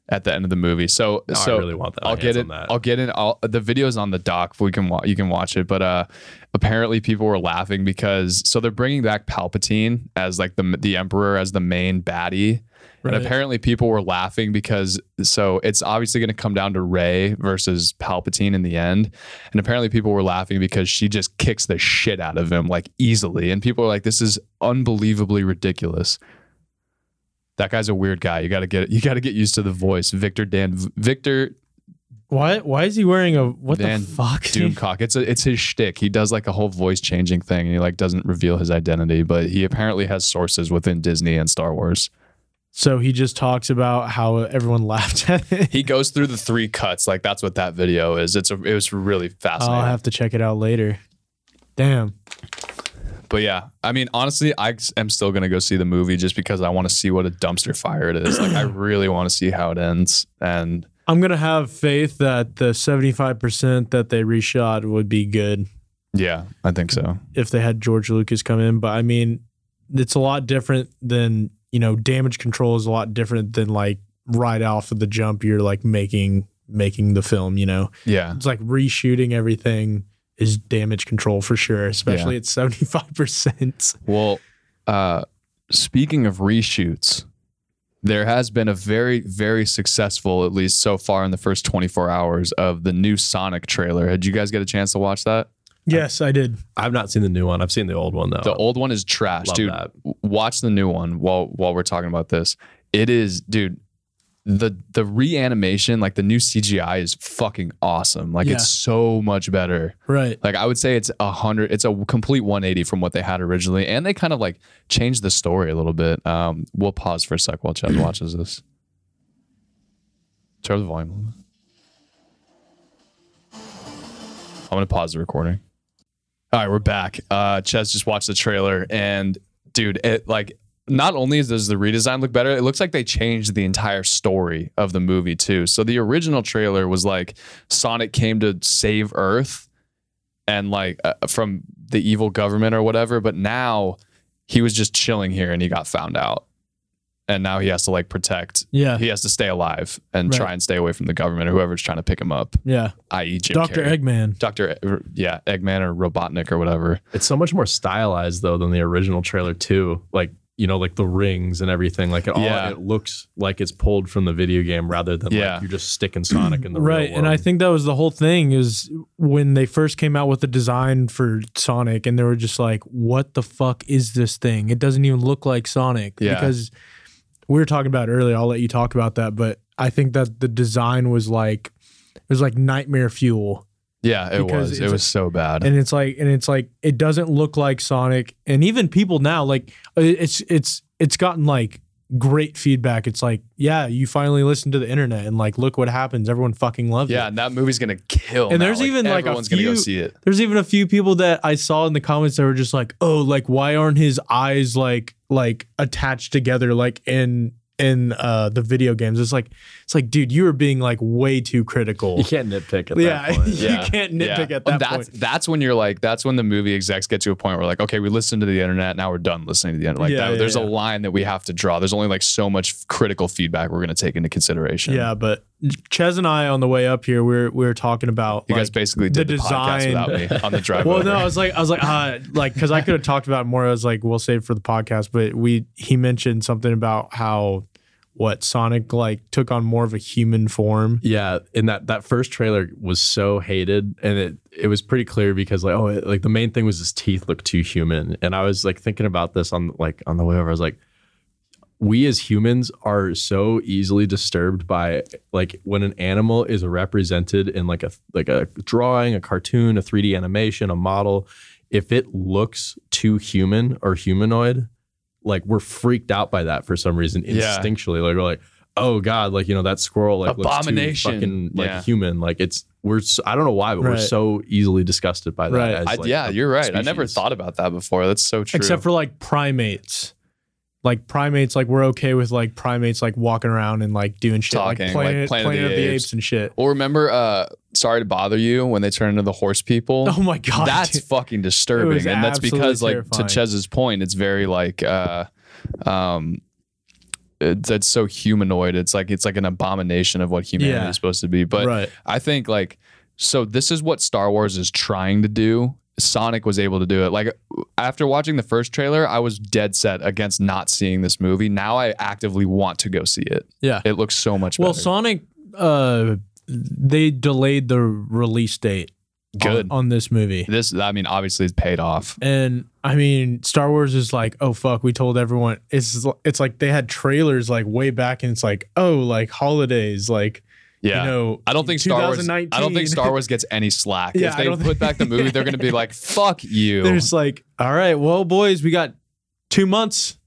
[SPEAKER 1] at the end of the movie. So
[SPEAKER 3] Now
[SPEAKER 1] so
[SPEAKER 3] i really want that my
[SPEAKER 1] I'll get
[SPEAKER 3] hands
[SPEAKER 1] it.
[SPEAKER 3] on that
[SPEAKER 1] I'll get it. I'll, the video's on the doc. We can wa- you can watch it. But uh, apparently people were laughing because so they're bringing back Palpatine as like the the Emperor as the main baddie,
[SPEAKER 2] Right.
[SPEAKER 1] and apparently people were laughing because so it's obviously going to come down to Rey versus Palpatine in the end, and apparently people were laughing because she just kicks the shit out of him like easily, and people are like, this is unbelievably ridiculous. That guy's a weird guy. You got to get you got to get used to the voice. Victor Dan Victor
[SPEAKER 2] Why? Why is he wearing a what
[SPEAKER 1] Van
[SPEAKER 2] the fuck?
[SPEAKER 1] Doomcock. It's a, it's his shtick. He does like a whole voice changing thing, and he like doesn't reveal his identity, but he apparently has sources within Disney and Star Wars.
[SPEAKER 2] So he just talks about how everyone laughed at it.
[SPEAKER 1] He goes through the three cuts. Like that's what that video is. It's a, it was really fascinating.
[SPEAKER 2] I'll have to check it out later. Damn.
[SPEAKER 1] but yeah, I mean, honestly, I am still gonna go see the movie just because I want to see what a dumpster fire it is. Like I really want to see how it ends. And
[SPEAKER 2] I'm gonna have faith that the 75% that they reshot would be good
[SPEAKER 1] yeah, I think so.
[SPEAKER 2] if they had George Lucas come in. But I mean, it's a lot different than you know, damage control is a lot different than like right off of the jump you're like making making the film, you know.
[SPEAKER 1] Yeah.
[SPEAKER 2] It's like reshooting everything is damage control for sure, especially at 75%.
[SPEAKER 1] Well, uh, speaking of reshoots, there has been a very, very successful, at least so far in the first 24 hours, of the new Sonic trailer. Had you guys get a chance to watch that?
[SPEAKER 2] Yes, I did.
[SPEAKER 3] i've not seen the new one i've seen the old one though
[SPEAKER 1] The old one is trash,
[SPEAKER 3] Oh, Love
[SPEAKER 1] dude.
[SPEAKER 3] that.
[SPEAKER 1] w- Watch the new one while while we're talking about this. It is, dude. The the reanimation, like the new CGI, is fucking awesome. Like
[SPEAKER 2] Yeah.
[SPEAKER 1] it's so much better.
[SPEAKER 2] Right.
[SPEAKER 1] Like I would say it's a hundred. It's a complete 180 from what they had originally, and they kind of like changed the story a little bit. Um, we'll pause for a sec while Chad watches this. Turn up the volume. a little bit. I'm gonna pause the recording. All right, we're back. Uh, Chaz just watched the trailer, and dude, it like not only does the redesign look better, it looks like they changed the entire story of the movie too. So the original trailer was like Sonic came to save Earth, and like uh, from the evil government or whatever. But now he was just chilling here and he got found out. And now he has to like protect,
[SPEAKER 2] Yeah.
[SPEAKER 1] he has to stay alive and
[SPEAKER 2] Right.
[SPEAKER 1] try and stay away from the government or whoever's trying to pick him up,
[SPEAKER 2] Yeah.
[SPEAKER 1] i.e., Jim
[SPEAKER 2] Dr.
[SPEAKER 1] Carrey.
[SPEAKER 2] Eggman.
[SPEAKER 1] Dr. E- yeah, Eggman or Robotnik or whatever.
[SPEAKER 3] it's so much more stylized though than the original trailer too like you know like the rings and everything like it all
[SPEAKER 1] Yeah.
[SPEAKER 3] it looks like it's pulled from the video game rather than
[SPEAKER 1] Yeah.
[SPEAKER 3] like you're just sticking sonic in the real
[SPEAKER 2] right. And I
[SPEAKER 3] world.
[SPEAKER 2] think that was the whole thing is when they first came out with the design for Sonic and they were just like, what the fuck is this thing? It doesn't even look like Sonic.
[SPEAKER 1] Yeah.
[SPEAKER 2] Because we were talking about it earlier. I'll let you talk about that. But I think that the design was like, it was like nightmare fuel.
[SPEAKER 1] Yeah, it
[SPEAKER 2] Because
[SPEAKER 1] was. It
[SPEAKER 2] it's-
[SPEAKER 1] was so bad.
[SPEAKER 2] and it's like and it's like it doesn't look like Sonic and even people now like uh, it's it's it's gotten like great feedback it's like yeah you finally listen to the internet and like look what happens everyone fucking loves
[SPEAKER 1] yeah,
[SPEAKER 2] it
[SPEAKER 1] and that movie's gonna kill.
[SPEAKER 2] And
[SPEAKER 1] now.
[SPEAKER 2] there's even, like, a
[SPEAKER 1] everyone's gonna go
[SPEAKER 2] few-
[SPEAKER 1] see it.
[SPEAKER 2] there's even a few people that I saw in the comments that were just like oh like why aren't his eyes like like attached together like in in uh the video games it's like it's like dude you are being like way too critical
[SPEAKER 3] you can't nitpick at
[SPEAKER 2] yeah
[SPEAKER 3] that point.
[SPEAKER 2] you
[SPEAKER 1] Yeah.
[SPEAKER 2] can't nitpick at
[SPEAKER 1] Well,
[SPEAKER 2] that
[SPEAKER 1] that's
[SPEAKER 2] point
[SPEAKER 1] that's when you're like that's when the movie execs get to a point where like okay we listened to the internet now we're done listening to the internet like
[SPEAKER 2] Yeah,
[SPEAKER 1] that,
[SPEAKER 2] yeah,
[SPEAKER 1] there's a
[SPEAKER 2] yeah.
[SPEAKER 1] line that we have to draw there's only like so much critical feedback we're going to take into consideration
[SPEAKER 2] yeah but Ches and I on the way up here we were we were talking about
[SPEAKER 1] you
[SPEAKER 2] like,
[SPEAKER 1] guys basically did the,
[SPEAKER 2] the
[SPEAKER 1] podcast
[SPEAKER 2] design-
[SPEAKER 1] without me on the drive
[SPEAKER 2] Well,
[SPEAKER 1] over.
[SPEAKER 2] no, I was like, I was like, uh, like, because I could have talked about it more. I was like, we'll save it for the podcast, but we he mentioned something about how what Sonic like took on more of a human form.
[SPEAKER 3] Yeah, and that that first trailer was so hated, and it it was pretty clear because like oh it, like the main thing was his teeth looked too human, and I was like thinking about this on like on the way over. I was like, we as humans are so easily disturbed by like when an animal is represented in like a like a drawing, a cartoon, a three D animation, a model. If it looks too human or humanoid, like we're freaked out by that for some reason
[SPEAKER 1] Yeah.
[SPEAKER 3] instinctually. Like we're like. Oh God! Like you know that squirrel like looks too
[SPEAKER 1] Abomination.
[SPEAKER 3] fucking like
[SPEAKER 1] Yeah.
[SPEAKER 3] human. Like it's we're so, I don't know why, but we're
[SPEAKER 2] Right.
[SPEAKER 3] so easily disgusted by that.
[SPEAKER 2] Right.
[SPEAKER 3] as,
[SPEAKER 1] I,
[SPEAKER 3] like,
[SPEAKER 1] yeah,
[SPEAKER 3] a
[SPEAKER 1] you're right. I never
[SPEAKER 3] species.
[SPEAKER 1] thought about that before. That's so true.
[SPEAKER 2] Except for like primates. Like primates, like we're okay with like primates like walking around and like doing shit
[SPEAKER 1] Talking,
[SPEAKER 2] like
[SPEAKER 1] like
[SPEAKER 2] Planet,
[SPEAKER 1] Planet of
[SPEAKER 2] Planet
[SPEAKER 1] the
[SPEAKER 2] of the
[SPEAKER 1] Apes.
[SPEAKER 2] Apes. and shit.
[SPEAKER 1] Well, remember, uh, sorry to bother you when they turn into the horse people.
[SPEAKER 2] Oh my god.
[SPEAKER 1] that's
[SPEAKER 2] dude.
[SPEAKER 1] fucking disturbing, and that's
[SPEAKER 2] absolutely
[SPEAKER 1] because, like,
[SPEAKER 2] terrifying.
[SPEAKER 1] to Chez's point, it's very like, uh, um, it, that's so humanoid. It's like it's like an abomination of what humanity
[SPEAKER 2] Yeah.
[SPEAKER 1] is supposed to be. But
[SPEAKER 2] right.
[SPEAKER 1] I think like so this is what Star Wars is trying to do. Sonic was able to do it. Like after watching the first trailer, I was dead set against not seeing this movie. Now I actively want to go see it.
[SPEAKER 2] Yeah.
[SPEAKER 1] It looks so much
[SPEAKER 2] Well,
[SPEAKER 1] better.
[SPEAKER 2] Sonic uh they delayed the release date on-
[SPEAKER 1] Good.
[SPEAKER 2] on this movie.
[SPEAKER 1] this I mean obviously it's paid off.
[SPEAKER 2] And I mean, Star Wars is like, oh fuck, we told everyone. It's it's like they had trailers like way back, and it's like, oh, like holidays, like
[SPEAKER 1] Yeah.
[SPEAKER 2] you know,
[SPEAKER 1] I don't think Star Wars. I
[SPEAKER 2] 2019.
[SPEAKER 1] don't think Star Wars gets any slack.
[SPEAKER 2] Yeah,
[SPEAKER 1] if
[SPEAKER 2] I
[SPEAKER 1] they
[SPEAKER 2] don't
[SPEAKER 1] put
[SPEAKER 2] think-
[SPEAKER 1] back the movie, they're gonna be like, "Fuck you."
[SPEAKER 2] They're just like, all right, well, boys, we got two months.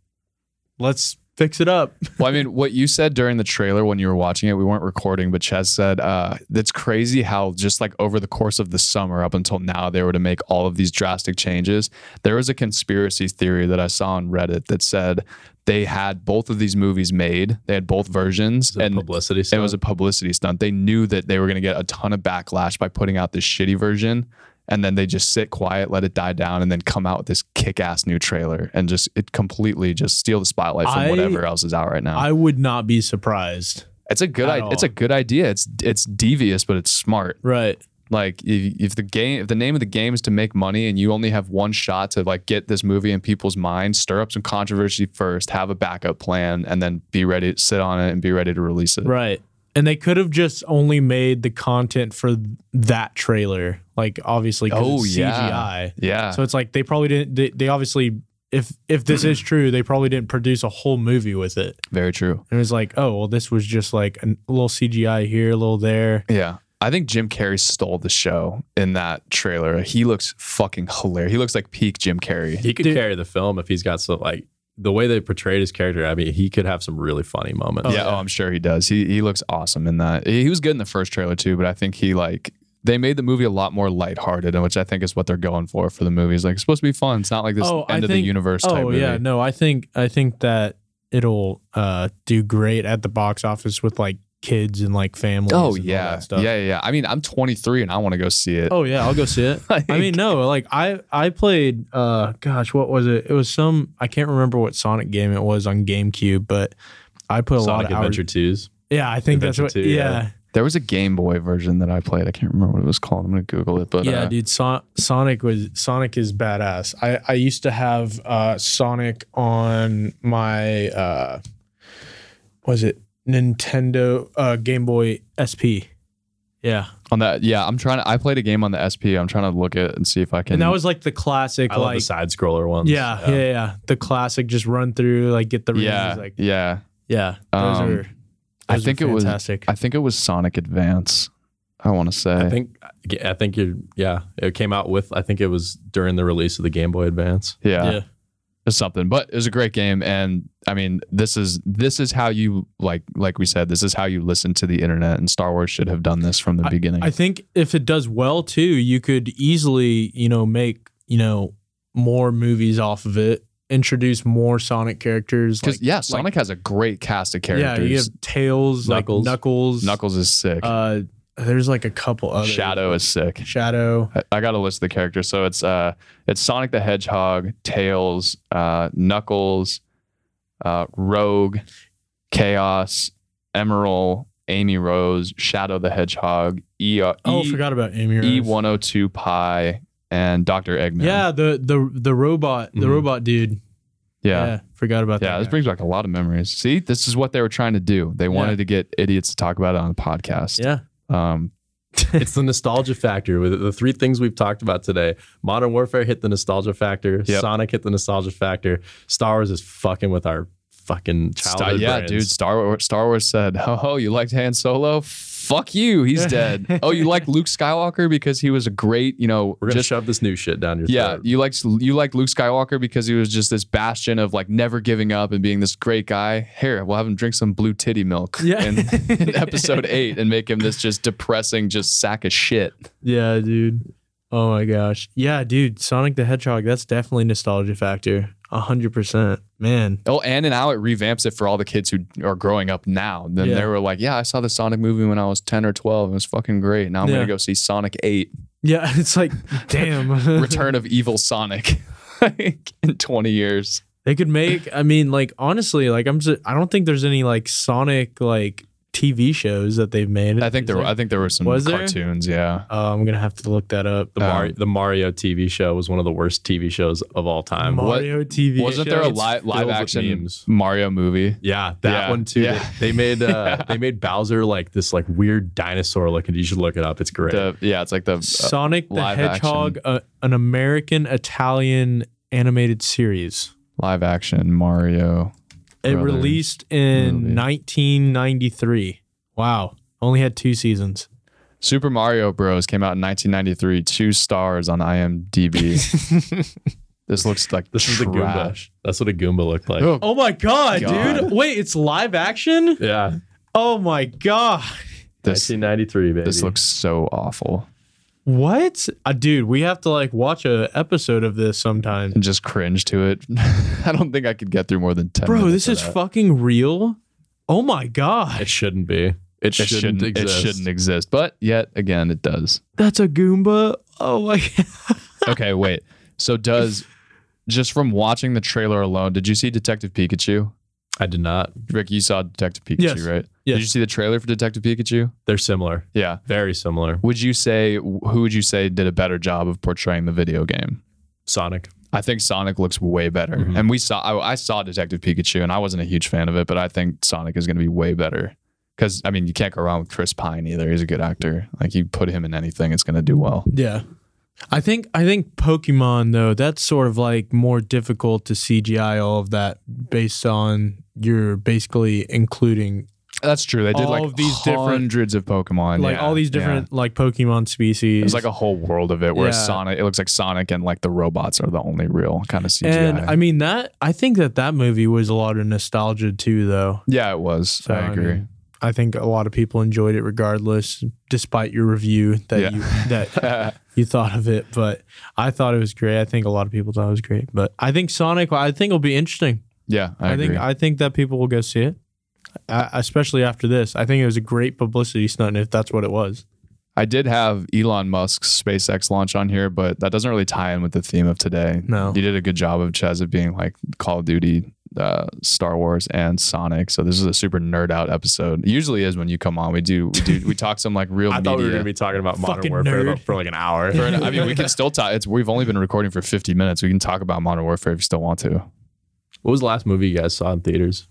[SPEAKER 2] Let's fix it up.
[SPEAKER 1] Well, I mean, what you said during the trailer when you were watching it, we weren't recording, but Chaz said, uh, that's crazy how just like over the course of the summer up until now, they were to make all of these drastic changes. There was a conspiracy theory that I saw on Reddit that said they had both of these movies made, they had both versions,
[SPEAKER 3] It's a
[SPEAKER 1] and
[SPEAKER 3] publicity.
[SPEAKER 1] it was a publicity stunt. They knew that they were going to get a ton of backlash by putting out this shitty version. And then they just sit quiet, let it die down, and then come out with this kick ass new trailer and just it completely just steal the spotlight from
[SPEAKER 2] I-
[SPEAKER 1] whatever else is out right now.
[SPEAKER 2] I would not be surprised.
[SPEAKER 1] It's a good.
[SPEAKER 2] at
[SPEAKER 1] I- it's a
[SPEAKER 2] all.
[SPEAKER 1] good idea. It's it's devious, but it's smart.
[SPEAKER 2] Right.
[SPEAKER 1] Like if, if the game, if the name of the game is to make money, and you only have one shot to like get this movie in people's minds, stir up some controversy first, have a backup plan, and then be ready. Sit on it and be ready to release it.
[SPEAKER 2] Right. And they could have just only made the content for that trailer. Like obviously 'cause
[SPEAKER 1] Oh,
[SPEAKER 2] it's
[SPEAKER 1] yeah.
[SPEAKER 2] CGI.
[SPEAKER 1] Yeah.
[SPEAKER 2] So it's like they probably didn't. They, they obviously, if if this is true, they probably didn't produce a whole movie with it.
[SPEAKER 1] very true.
[SPEAKER 2] And it was like, oh well, this was just like an- a little CGI here, a little there.
[SPEAKER 1] Yeah. I think Jim Carrey stole the show in that trailer. He looks fucking hilarious. He looks like peak Jim Carrey.
[SPEAKER 3] he could
[SPEAKER 2] Dude.
[SPEAKER 3] carry the film if he's got so like the way they portrayed his character. I mean, he could have some really funny moments.
[SPEAKER 1] yeah, Oh, I'm sure he does. He he looks awesome in that. He he was good in the first trailer too, but I think he like they made the movie a lot more lighthearted, and which I think is what they're going for for the movie. It's like it's supposed to be fun. It's not like this
[SPEAKER 2] Oh, I
[SPEAKER 1] end of the
[SPEAKER 2] think-
[SPEAKER 1] universe type
[SPEAKER 2] Oh
[SPEAKER 1] movie.
[SPEAKER 2] yeah, no, I think I think that it'll uh, do great at the box office with like kids and like families.
[SPEAKER 1] Oh
[SPEAKER 2] and all
[SPEAKER 1] yeah,
[SPEAKER 2] that
[SPEAKER 1] yeah,
[SPEAKER 2] stuff.
[SPEAKER 1] yeah. yeah. I mean, I'm 23 and I want to go see it.
[SPEAKER 2] Oh yeah, I'll go see it.
[SPEAKER 1] Like,
[SPEAKER 2] I mean, no, like I I played uh gosh, what was it? It was some I can't remember what Sonic game it was on GameCube, but I put a lot
[SPEAKER 3] Sonic
[SPEAKER 2] of hours
[SPEAKER 3] Adventure 2s.
[SPEAKER 2] Yeah, I think that's what.
[SPEAKER 3] Adventure 2, yeah.
[SPEAKER 2] yeah,
[SPEAKER 1] there was a Game Boy version that I played. I can't remember what it was called. I'm gonna Google it, but
[SPEAKER 2] yeah,
[SPEAKER 1] uh,
[SPEAKER 2] dude. So- Sonic was Sonic is badass. I I used to have uh, Sonic on my uh, was it Nintendo uh, Game Boy SP. Yeah,
[SPEAKER 1] on that, yeah, I'm trying to. I played a game on the SP. I'm trying to look at it and see if I can.
[SPEAKER 2] and that was like the classic,
[SPEAKER 3] I love the
[SPEAKER 2] like
[SPEAKER 3] side scroller ones.
[SPEAKER 2] yeah, yeah, yeah, the classic. Just run through, like get the rings,
[SPEAKER 1] yeah,
[SPEAKER 2] like
[SPEAKER 1] yeah.
[SPEAKER 2] yeah. Those
[SPEAKER 1] Um,
[SPEAKER 2] are.
[SPEAKER 1] I
[SPEAKER 2] those are
[SPEAKER 1] think it was-
[SPEAKER 2] fantastic.
[SPEAKER 1] I think it was Sonic Advance. I want to say.
[SPEAKER 3] I think I think you yeah. It came out with I think it was during the release of the Game Boy Advance.
[SPEAKER 1] yeah.
[SPEAKER 2] yeah.
[SPEAKER 1] or something. But it was a great game, and I mean, this is this is how you like like we said, this is how you listen to the internet, and Star Wars should have done this from the beginning.
[SPEAKER 2] I think if it does well too, you could easily, you know, make, you know, more movies off of it, introduce more Sonic characters.
[SPEAKER 1] because
[SPEAKER 2] Like,
[SPEAKER 1] yeah, Sonic has a great cast of
[SPEAKER 2] yeah,
[SPEAKER 1] characters.
[SPEAKER 2] you have Tails,
[SPEAKER 3] Knuckles.
[SPEAKER 2] like Knuckles.
[SPEAKER 1] Knuckles is sick.
[SPEAKER 2] Uh, there's like a couple others.
[SPEAKER 1] Shadow is sick.
[SPEAKER 2] Shadow.
[SPEAKER 1] I- I got a list of the characters. So it's uh it's Sonic the Hedgehog, Tails, uh, Knuckles, uh, Rogue, Chaos, Emerald, Amy Rose, Shadow the Hedgehog, E
[SPEAKER 2] Oh, forgot about Amy. Rose.
[SPEAKER 1] E one oh two Pi, and Dr. Eggman.
[SPEAKER 2] Yeah, the the the robot, the
[SPEAKER 3] Mhm.
[SPEAKER 2] robot dude.
[SPEAKER 1] Mm-hmm. Yeah.
[SPEAKER 2] forgot about
[SPEAKER 1] Yeah,
[SPEAKER 2] that.
[SPEAKER 1] this brings back a lot of memories. See, this is what they were trying to do. They wanted to get idiots to talk about it on the podcast.
[SPEAKER 2] yeah.
[SPEAKER 1] Um,
[SPEAKER 3] it's the nostalgia factor with the three things we've talked about today. Modern Warfare hit the nostalgia factor.
[SPEAKER 1] Yep.
[SPEAKER 3] Sonic hit the nostalgia factor. Star Wars is fucking with our fucking
[SPEAKER 1] Star,
[SPEAKER 3] childhood.
[SPEAKER 1] yeah,
[SPEAKER 3] brains.
[SPEAKER 1] dude. Star Wars, Star Wars said, "Oh, you liked Han Solo? Fuck you. He's dead. oh, you liked Luke Skywalker because he was a great, you know,
[SPEAKER 3] We're gonna
[SPEAKER 1] just
[SPEAKER 3] shove this new shit down your
[SPEAKER 1] yeah.
[SPEAKER 3] throat.
[SPEAKER 1] You liked you liked Luke Skywalker because he was just this bastion of like never giving up and being this great guy. Here, we'll have him drink some blue titty milk
[SPEAKER 2] Yeah.
[SPEAKER 1] in, in episode eight and make him this just depressing, just sack of shit.
[SPEAKER 2] Yeah, dude. Oh my gosh. Yeah, dude. Sonic the Hedgehog. That's definitely nostalgia factor. A hundred percent. Man.
[SPEAKER 1] Oh, and now it revamps it for all the kids who are growing up now. Then
[SPEAKER 2] Yeah.
[SPEAKER 1] they were like, "Yeah, I saw the Sonic movie when I was ten or twelve. It was fucking great. Now I'm
[SPEAKER 2] Yeah.
[SPEAKER 1] gonna go see Sonic Eight:
[SPEAKER 2] Yeah, it's like, damn.
[SPEAKER 1] Return of Evil Sonic." like, in 20 years.
[SPEAKER 2] They could make. I mean, like honestly, like I'm. Just, I don't think there's any like Sonic like TV shows that they've made.
[SPEAKER 1] I think
[SPEAKER 2] Is
[SPEAKER 1] there were I think there were some
[SPEAKER 2] Was there?
[SPEAKER 1] cartoons, yeah.
[SPEAKER 2] Uh, I'm gonna have to look that up.
[SPEAKER 3] The, Mario,
[SPEAKER 1] Um,
[SPEAKER 3] the Mario TV show was one of the worst TV shows of all time.
[SPEAKER 2] Mario TV.
[SPEAKER 1] um, Wasn't there a
[SPEAKER 2] shows?
[SPEAKER 1] li- live
[SPEAKER 3] with
[SPEAKER 1] action
[SPEAKER 3] memes.
[SPEAKER 1] Mario movie?
[SPEAKER 3] Yeah, that
[SPEAKER 1] Yeah,
[SPEAKER 3] one too.
[SPEAKER 1] yeah.
[SPEAKER 3] They, they made uh, they made Bowser like this like weird dinosaur looking. You should look it up. It's great.
[SPEAKER 1] The, yeah, it's like the uh,
[SPEAKER 2] Sonic the
[SPEAKER 1] live
[SPEAKER 2] Hedgehog, uh, an American Italian animated series.
[SPEAKER 1] live action Mario.
[SPEAKER 2] It
[SPEAKER 1] Brothers
[SPEAKER 2] released in
[SPEAKER 1] movie.
[SPEAKER 2] 1993. Wow, only had two seasons.
[SPEAKER 1] Super Mario Bros came out in 1993, two stars on IMDb. this looks like
[SPEAKER 3] this is the
[SPEAKER 1] trash.
[SPEAKER 3] Goomba. That's what a Goomba looked like.
[SPEAKER 1] Oh,
[SPEAKER 2] Oh my god,
[SPEAKER 1] God.
[SPEAKER 2] dude! Wait, it's live action.
[SPEAKER 3] Yeah,
[SPEAKER 2] Oh my god.
[SPEAKER 1] this
[SPEAKER 3] 1993 baby.
[SPEAKER 1] This looks so awful
[SPEAKER 2] What? Uh, dude, we have to like watch a episode of this sometime.
[SPEAKER 1] and just cringe to it. I don't think I could get through more than 10
[SPEAKER 2] Bro,
[SPEAKER 1] minutes
[SPEAKER 2] this
[SPEAKER 1] of
[SPEAKER 2] is
[SPEAKER 1] that.
[SPEAKER 2] fucking real. Oh my god.
[SPEAKER 3] It shouldn't be. It,
[SPEAKER 1] it shouldn't,
[SPEAKER 3] exist.
[SPEAKER 1] It shouldn't exist. But yet again, it does.
[SPEAKER 2] That's a Goomba. Oh my god.
[SPEAKER 1] Okay, wait. So does just from watching the trailer alone, did you see Detective Pikachu?
[SPEAKER 3] I did not.
[SPEAKER 1] Rick, you saw Detective Pikachu,
[SPEAKER 2] Yes.
[SPEAKER 1] right?
[SPEAKER 2] Yes.
[SPEAKER 1] Did you see the trailer for Detective Pikachu?
[SPEAKER 3] They're similar.
[SPEAKER 1] Yeah.
[SPEAKER 3] Very similar.
[SPEAKER 1] Would you say who would you say did a better job of portraying the video game?
[SPEAKER 3] Sonic.
[SPEAKER 1] I think Sonic looks way better.
[SPEAKER 3] Mhm.
[SPEAKER 1] And we saw I, I saw Detective Pikachu and I wasn't a huge fan of it, but I think Sonic is going to be way better. Cuz I mean, you can't go wrong with Chris Pine either. He's a good actor. Like you put him in anything, it's going to do well.
[SPEAKER 2] Yeah. I think I think Pokemon though, that's sort of like more difficult to CGI all of that based on you're basically including
[SPEAKER 1] That's true. They did
[SPEAKER 2] All
[SPEAKER 1] like
[SPEAKER 2] of these different-
[SPEAKER 1] hundreds of Pokemon.
[SPEAKER 2] like
[SPEAKER 1] Yeah.
[SPEAKER 2] all these
[SPEAKER 1] Yeah.
[SPEAKER 2] different like Pokemon species.
[SPEAKER 1] It's like a whole world of it where
[SPEAKER 2] Yeah.
[SPEAKER 1] Sonic it looks like Sonic and like the robots are the only real kind of CGI.
[SPEAKER 2] and I mean that I think that that movie was a lot of nostalgia too though.
[SPEAKER 1] yeah, it was.
[SPEAKER 2] So,
[SPEAKER 1] I
[SPEAKER 2] I
[SPEAKER 1] agree.
[SPEAKER 2] mean, I think a lot of people enjoyed it regardless, despite your review that
[SPEAKER 1] Yeah.
[SPEAKER 2] you that you thought of it. But I thought it was great. I think a lot of people thought it was great. But I think Sonic. I think it'll be interesting.
[SPEAKER 1] yeah, I,
[SPEAKER 2] I,
[SPEAKER 1] agree.
[SPEAKER 2] think I think that people will go see it, I, especially after this. I think it was a great publicity stunt if that's what it was.
[SPEAKER 1] I did have Elon Musk's SpaceX launch on here, but that doesn't really tie in with the theme of today.
[SPEAKER 2] No.
[SPEAKER 1] You did a good job of Chaz of being like Call of Duty, uh, Star Wars, and Sonic. So this is a super nerd out episode. It usually is when you come on. We do we do we talk some like real
[SPEAKER 3] I
[SPEAKER 1] media.
[SPEAKER 3] thought we were going to be talking about Modern
[SPEAKER 2] Fucking
[SPEAKER 3] Warfare
[SPEAKER 2] nerd.
[SPEAKER 3] for like an hour.
[SPEAKER 1] Fair enough. I mean, we can still talk. It's we've only been recording for 50 minutes. We can talk about Modern Warfare if you still want to.
[SPEAKER 3] What was the last movie you guys saw in theaters?